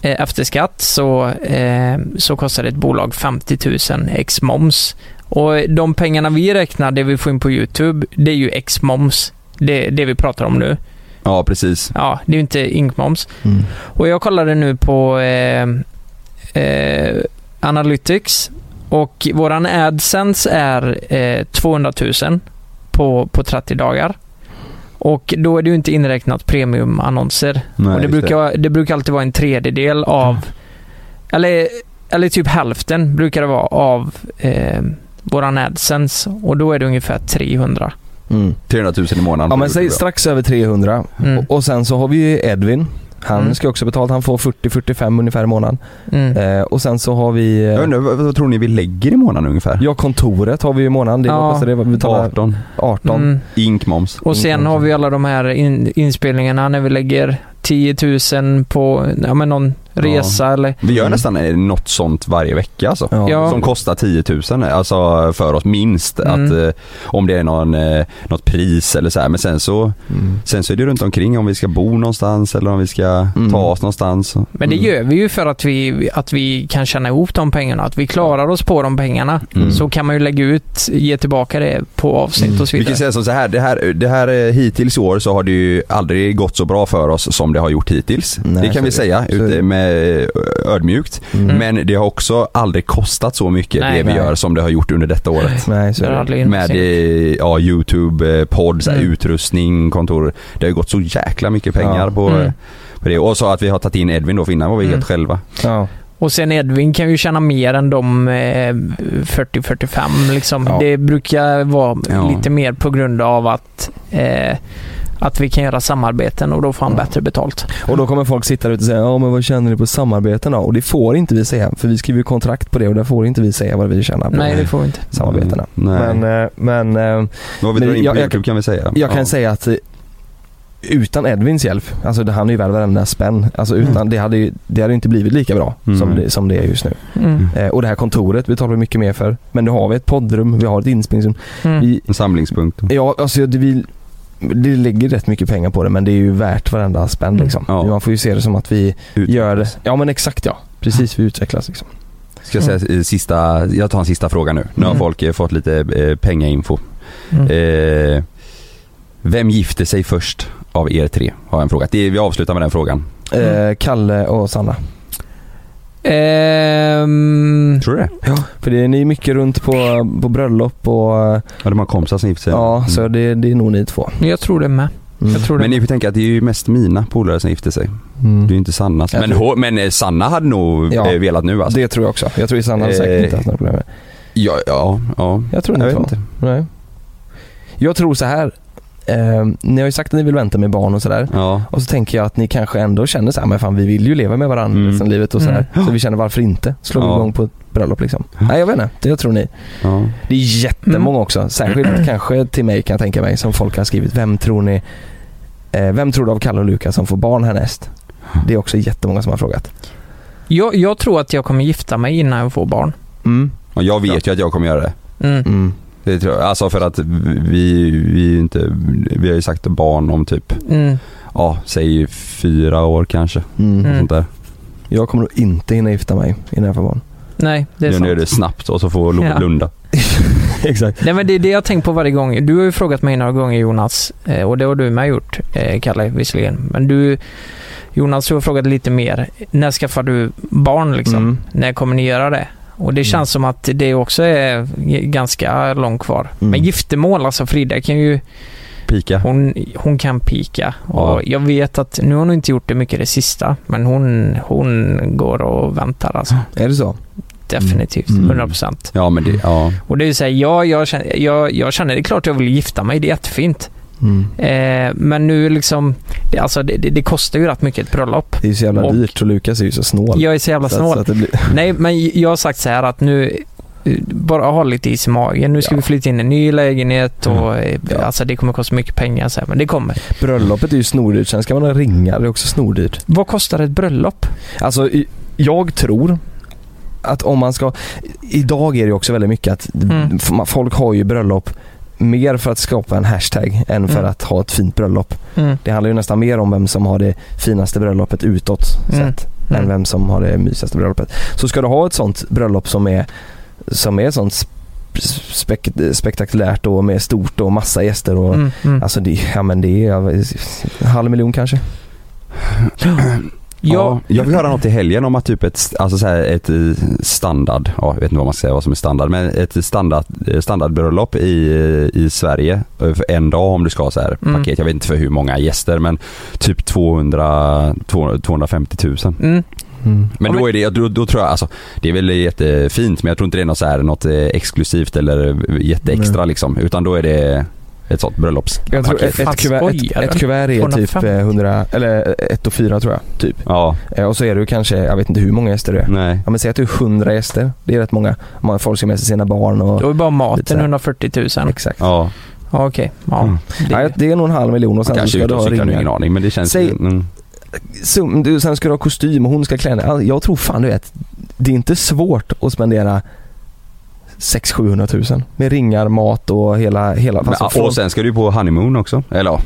eh, efter skatt så, eh, så kostar det ett bolag 50 000 ex moms. Och de pengarna vi räknar, det vi får in på YouTube, det är ju ex moms. Det, det vi pratar om nu. Ja precis. Ja, det är ju inte inkmoms. Och jag kollade nu på eh, eh, Analytics och våran AdSense är eh, 200 000 på, på 30 dagar. Och då är det ju inte inräknat premiumannonser. Nej, och det just brukar, det brukar alltid vara en tredjedel av, eller, eller typ hälften brukar det vara av eh, våran AdSense. Och då är det ungefär 300. Mm. 300 000 i månaden. Ja men säg strax över 300 Mm, Och sen så har vi ju Edvin. Han Mm. ska också betalt. Han får 40-45 ungefär i månaden. mm. Eh, och sen så har vi... Jag Eh, undrar, vad, vad tror ni vi lägger i månaden ungefär? ja, kontoret har vi ju i månaden. Det är Ja. ja. det vi betalar 18. 18. Mm. Inkmoms. Och Mm, sen har vi alla de här in, inspelningarna när vi lägger 10 000 på ja, men någon Ja. resa eller... Vi gör Mm. nästan eh, något sånt varje vecka alltså. Ja. Ja. Som kostar 10 000 alltså för oss minst. Mm. Att, eh, om det är någon, eh, något pris eller så här. Men sen så, Mm. sen så är det runt omkring om vi ska bo någonstans eller om vi ska Mm. ta oss någonstans. Men det Mm. gör vi ju för att vi, att vi kan tjäna ihop de pengarna. Att vi klarar oss på de pengarna. Mm. Så kan man ju lägga ut, ge tillbaka det på avsnitt Mm. och så Vi kan vidare. säga som så här, det här, det här eh, hittills i år så har det ju aldrig gått så bra för oss som det har gjort hittills. Nej, det så kan vi är det. säga Så är ut, det. med, eh, ödmjukt. Mm. Men det har också aldrig kostat så mycket Nej. det vi Nej. gör som det har gjort under detta året. Nej, så Det är har det. aldrig in- Med eh, ja, Youtube, eh, podd, så här, Mm. utrustning, kontor. Det har ju gått så jäkla mycket pengar Ja. på, eh, Mm. på det. Och så att vi har tagit in Edvin då, för innan var vi Mm. helt själva. Ja. Och sen Edvin kan ju tjäna mer än de eh, 40-45 liksom. Ja. Det brukar vara Ja. lite mer på grund av att, eh, att vi kan göra samarbeten och då får han Ja. bättre betalt. Och då kommer folk sitta där ute och säga ja men vad tjänar ni på samarbeten då? Och det får inte vi säga. För vi skriver ju kontrakt på det och där får inte vi säga vad vi tjänar på Nej, det får vi inte. samarbetena. Mm. Nej. Men, Men, eh, men eh, vad vi men drar in jag- på jag- Youtube kan vi säga. Jag kan Ja. säga att eh, utan Edvins hjälp, alltså det- han är ju värd varenda spänn. Alltså utan, det, hade ju, det hade ju inte blivit lika bra som, Mm. det, som det är just nu. Mm. Eh, och det här kontoret betalar vi mycket mer för. Men nu har vi ett poddrum, vi har ett inspelningsrum. Mm. Vi, En samlingspunkt. ja, alltså det, vi, det lägger rätt mycket pengar på det men det är ju värt varenda spänn Mm. liksom. Ja. Man får ju se det som att vi Ut- gör det. Ja men exakt ja. Precis, vi utvecklas liksom. Ska jag Mm. säga eh, sista, jag tar en sista fråga nu. Nu har Mm. folk eh, fått lite eh, pengainfo. Mm. Eh, vem gifte sig först av er tre? Har jag en fråga. Det, vi avslutar med den frågan. Mm. Eh, Kalle och Sanna. Ehm, Tror du det? För det är ni mycket runt på, på bröllop och eh, Ja, de har kompisar som gifte sig. ja, så Mm. det, det är nog ni två. jag tror det med. Mm. Jag tror det. Men ni får tänka att det är ju mest mina polare som gifte sig. Mm. Det är ju inte Sannas. Jag Men, tror- hå- men eh, Sanna hade nog Ja. eh, velat nu alltså. Det tror jag också. Jag tror Sanna hade säkert Eh, inte haft några problem med det. Ja, ja, ja. Jag tror Jag ni vet två. inte. Nej. Jag tror så här. Eh, ni har ju sagt att ni vill vänta med barn och sådär. Ja. Och så tänker jag att ni kanske ändå känner så här, men fan vi vill ju leva med varandra Mm. resten av livet och sådär. Så vi känner varför inte? Slå Ja. igång på ett bröllop liksom. Nej jag vet inte, det tror ni. ja. Det är jättemånga också. Särskilt kanske till mig kan jag tänka mig som folk har skrivit. Vem tror ni eh, Vem tror du av Kalle och Lukas som får barn härnäst? Det är också jättemånga som har frågat. Jag, jag tror att jag kommer gifta mig innan jag får barn. Mm. Och jag vet ju att jag kommer göra det. Mm. Mm. det tror jag. Alltså för att vi, vi, är ju inte, vi har ju sagt barn om typ, Mm. ja, säg fyra år kanske. Mm. Mm. Sånt där. Jag kommer nog inte hinna gifta mig innan jag får barn. Nej, det är Det gör sant. det snabbt och [LAUGHS] så får Lo- Ja. Lunda. Exakt. Nej, men det är det jag har tänkt på varje gång. Du har ju frågat mig några gånger Jonas, eh, och det har du med gjort, eh, Kalle visserligen. Men du, Jonas, du har frågat lite mer. När skaffar du barn liksom? Mm. När kommer ni göra det? Och det känns Mm. som att det också är g- ganska långt kvar. Mm. Men giftermål, alltså Frida kan ju pika. Hon, hon kan pika. Och Ja. Jag vet att, nu har hon inte gjort det mycket det sista, men hon, hon går och väntar alltså. Är det så? Definitivt. Mm. 100%. Ja men det, ja. Och det är ju såhär, ja, jag känner, jag, jag känner, det är klart jag vill gifta mig, det är jättefint. Eh, men nu liksom, det, alltså det, det, det kostar ju rätt mycket ett bröllop. Det är ju så jävla Och- dyrt och Lukas är ju så snål. Jag är så jävla Så att, så snål. att det blir... Nej, men jag har sagt så här att nu, eh, bara ha lite is i magen. Nu ska Ja. vi flytta in i en ny lägenhet och eh, Ja. alltså det kommer kosta mycket pengar så här, men det kommer. Bröllopet är ju snordyrt, sen ska man ha ringar, det är också snordyrt. Vad kostar ett bröllop? Alltså, i- jag tror att om man ska... Idag är det ju också väldigt mycket att Mm. f- man- folk har ju bröllop mer för att skapa en hashtag än för Mm. att ha ett fint bröllop. Mm. Det handlar ju nästan mer om vem som har det finaste bröllopet utåt Mm. sett Mm. än vem som har det mysigaste bröllopet. Så ska du ha ett sånt bröllop som är, som är sånt sp- spek- spektakulärt och med stort och massa gäster och Mm, mm. Alltså det, ja men det är en halv miljon kanske. Jag, Ja, jag fick höra något i helgen om att typ ett, alltså så här ett eh, standard, ja, jag vet inte vad man ska säga vad som är standard, men ett standard, eh, standardbröllop i, eh, i Sverige eh, för en dag om du ska ha så här Mm. paket, jag vet inte för hur många gäster men typ 200, 200 250 000. mm, Men Ja, då är det, då, då tror jag alltså, det är väl jättefint men jag tror inte det är något, så här, något eh, exklusivt eller jätteextra liksom, utan då är det ett sånt bröllopspaket. Jag tror ett, Fan, ett, kuvert, ett, skojar du? ett kuvert är typ 250. eh, 100, eller 1 och 4 tror jag. Typ. Ja, Eh, Och så är det ju kanske, jag vet inte hur många gäster det är. nej. Ja men säg att det är 100 gäster, det är rätt många. Om man- folk ska med sig sina barn och... då är Lite så bara maten här. 140 000. Exakt. Ja, Ja, Okej, ja. Mm. Det, Nej, det är nog en halv miljon och sen så kanske ska ut du och ha cyklar nu, ingen ringar. aning men det känns Säg- mm. Som- du- Sen ska du ha kostym och hon ska klä alltså, Jag tror fan du vet, det är inte svårt att spendera 600 000 med ringar, mat och hela... hela Men, alltså, och sen ska du ju på honeymoon också, eller ja.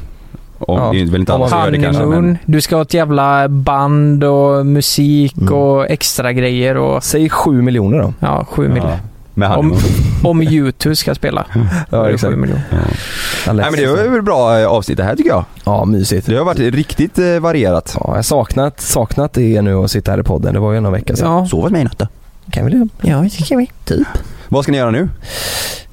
Om, Ja. Det är väl inte Om alla som gör det kanske men... Honeymoon, du ska ha ett jävla band och musik Mm. och extra grejer och Säg 7 miljoner då. ja, sju miljoner. Ja. Med Om- honeymoon. Om YouTube [LAUGHS] ska spela. då är det sju miljoner. Ja. Nej men det var väl bra eh, avsnitt det här tycker jag. liksom. Ja, mysigt. Det har varit riktigt eh, varierat. Ja, jag saknat, saknat det nu att sitta här i podden. Det var ju någon vecka sedan. Ja. Sovit med i natt då. Kan vi det? ja, det tycker vi. Typ. Vad ska ni göra nu?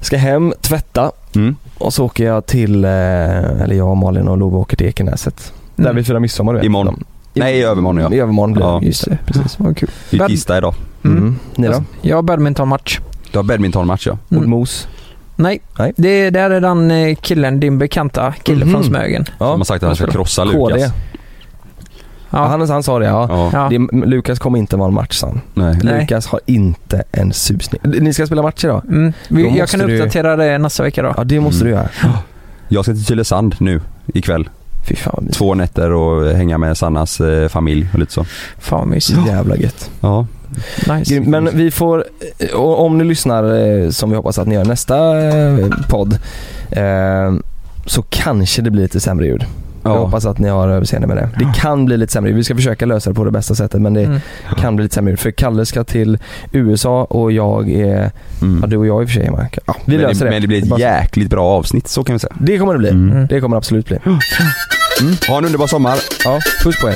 Ska hem, tvätta Mm. och så åker jag till, eh, eller jag, Malin och Love åker till Ekenäset. Mm. Där vi firar midsommar du vet. Imorgon. Nej, i övermorgon, ja. I övermorgon blir Ja. det. Just det. Precis, vad kul. Det är Bad- tisdag idag. Mm. Mm. Ni då? Jag- Jag har badmintonmatch. Du har badmintonmatch ja. Mot Mm. mos? Nej, Nej. Det, där är den eh, killen, din bekanta kille Mhm. från Smögen. Som har sagt att han ska krossa KD. Lukas. Ja. Ja. Han, han sa det ja. Ja. Ja. Det, Lukas kommer inte vara en match sa han. Nej. Nej. Lukas har inte en susning. Ni ska spela match idag? Mm. Då Vi, jag måste kan du- uppdatera det nästa vecka då. Ja det måste Mm. du göra. Jag ska till Tylösand nu ikväll. Fy fan vad mysigt. Två nätter och hänga med Sannas eh, familj och lite så. Fan vad mysigt. Jävla gött. Ja. Nice. Grymt, Men vi får, eh, och om ni lyssnar eh, som vi hoppas att ni gör nästa eh, podd eh, så kanske det blir lite sämre ljud. Jag ja. hoppas att ni har överseende med det. Det kan bli lite sämre ljud. Vi ska försöka lösa det på det bästa sättet men det Mm. kan bli lite sämre ljud. För Kalle ska till USA och jag är, ja Mm. du och jag i och för sig Emma. Ja, vi men, löser det, det. men det blir ett Bara- jäkligt bra avsnitt, så kan vi säga. Det kommer det bli. Mm. Mm. Det kommer det absolut bli. Ha en underbar sommar. Ja, puss på er.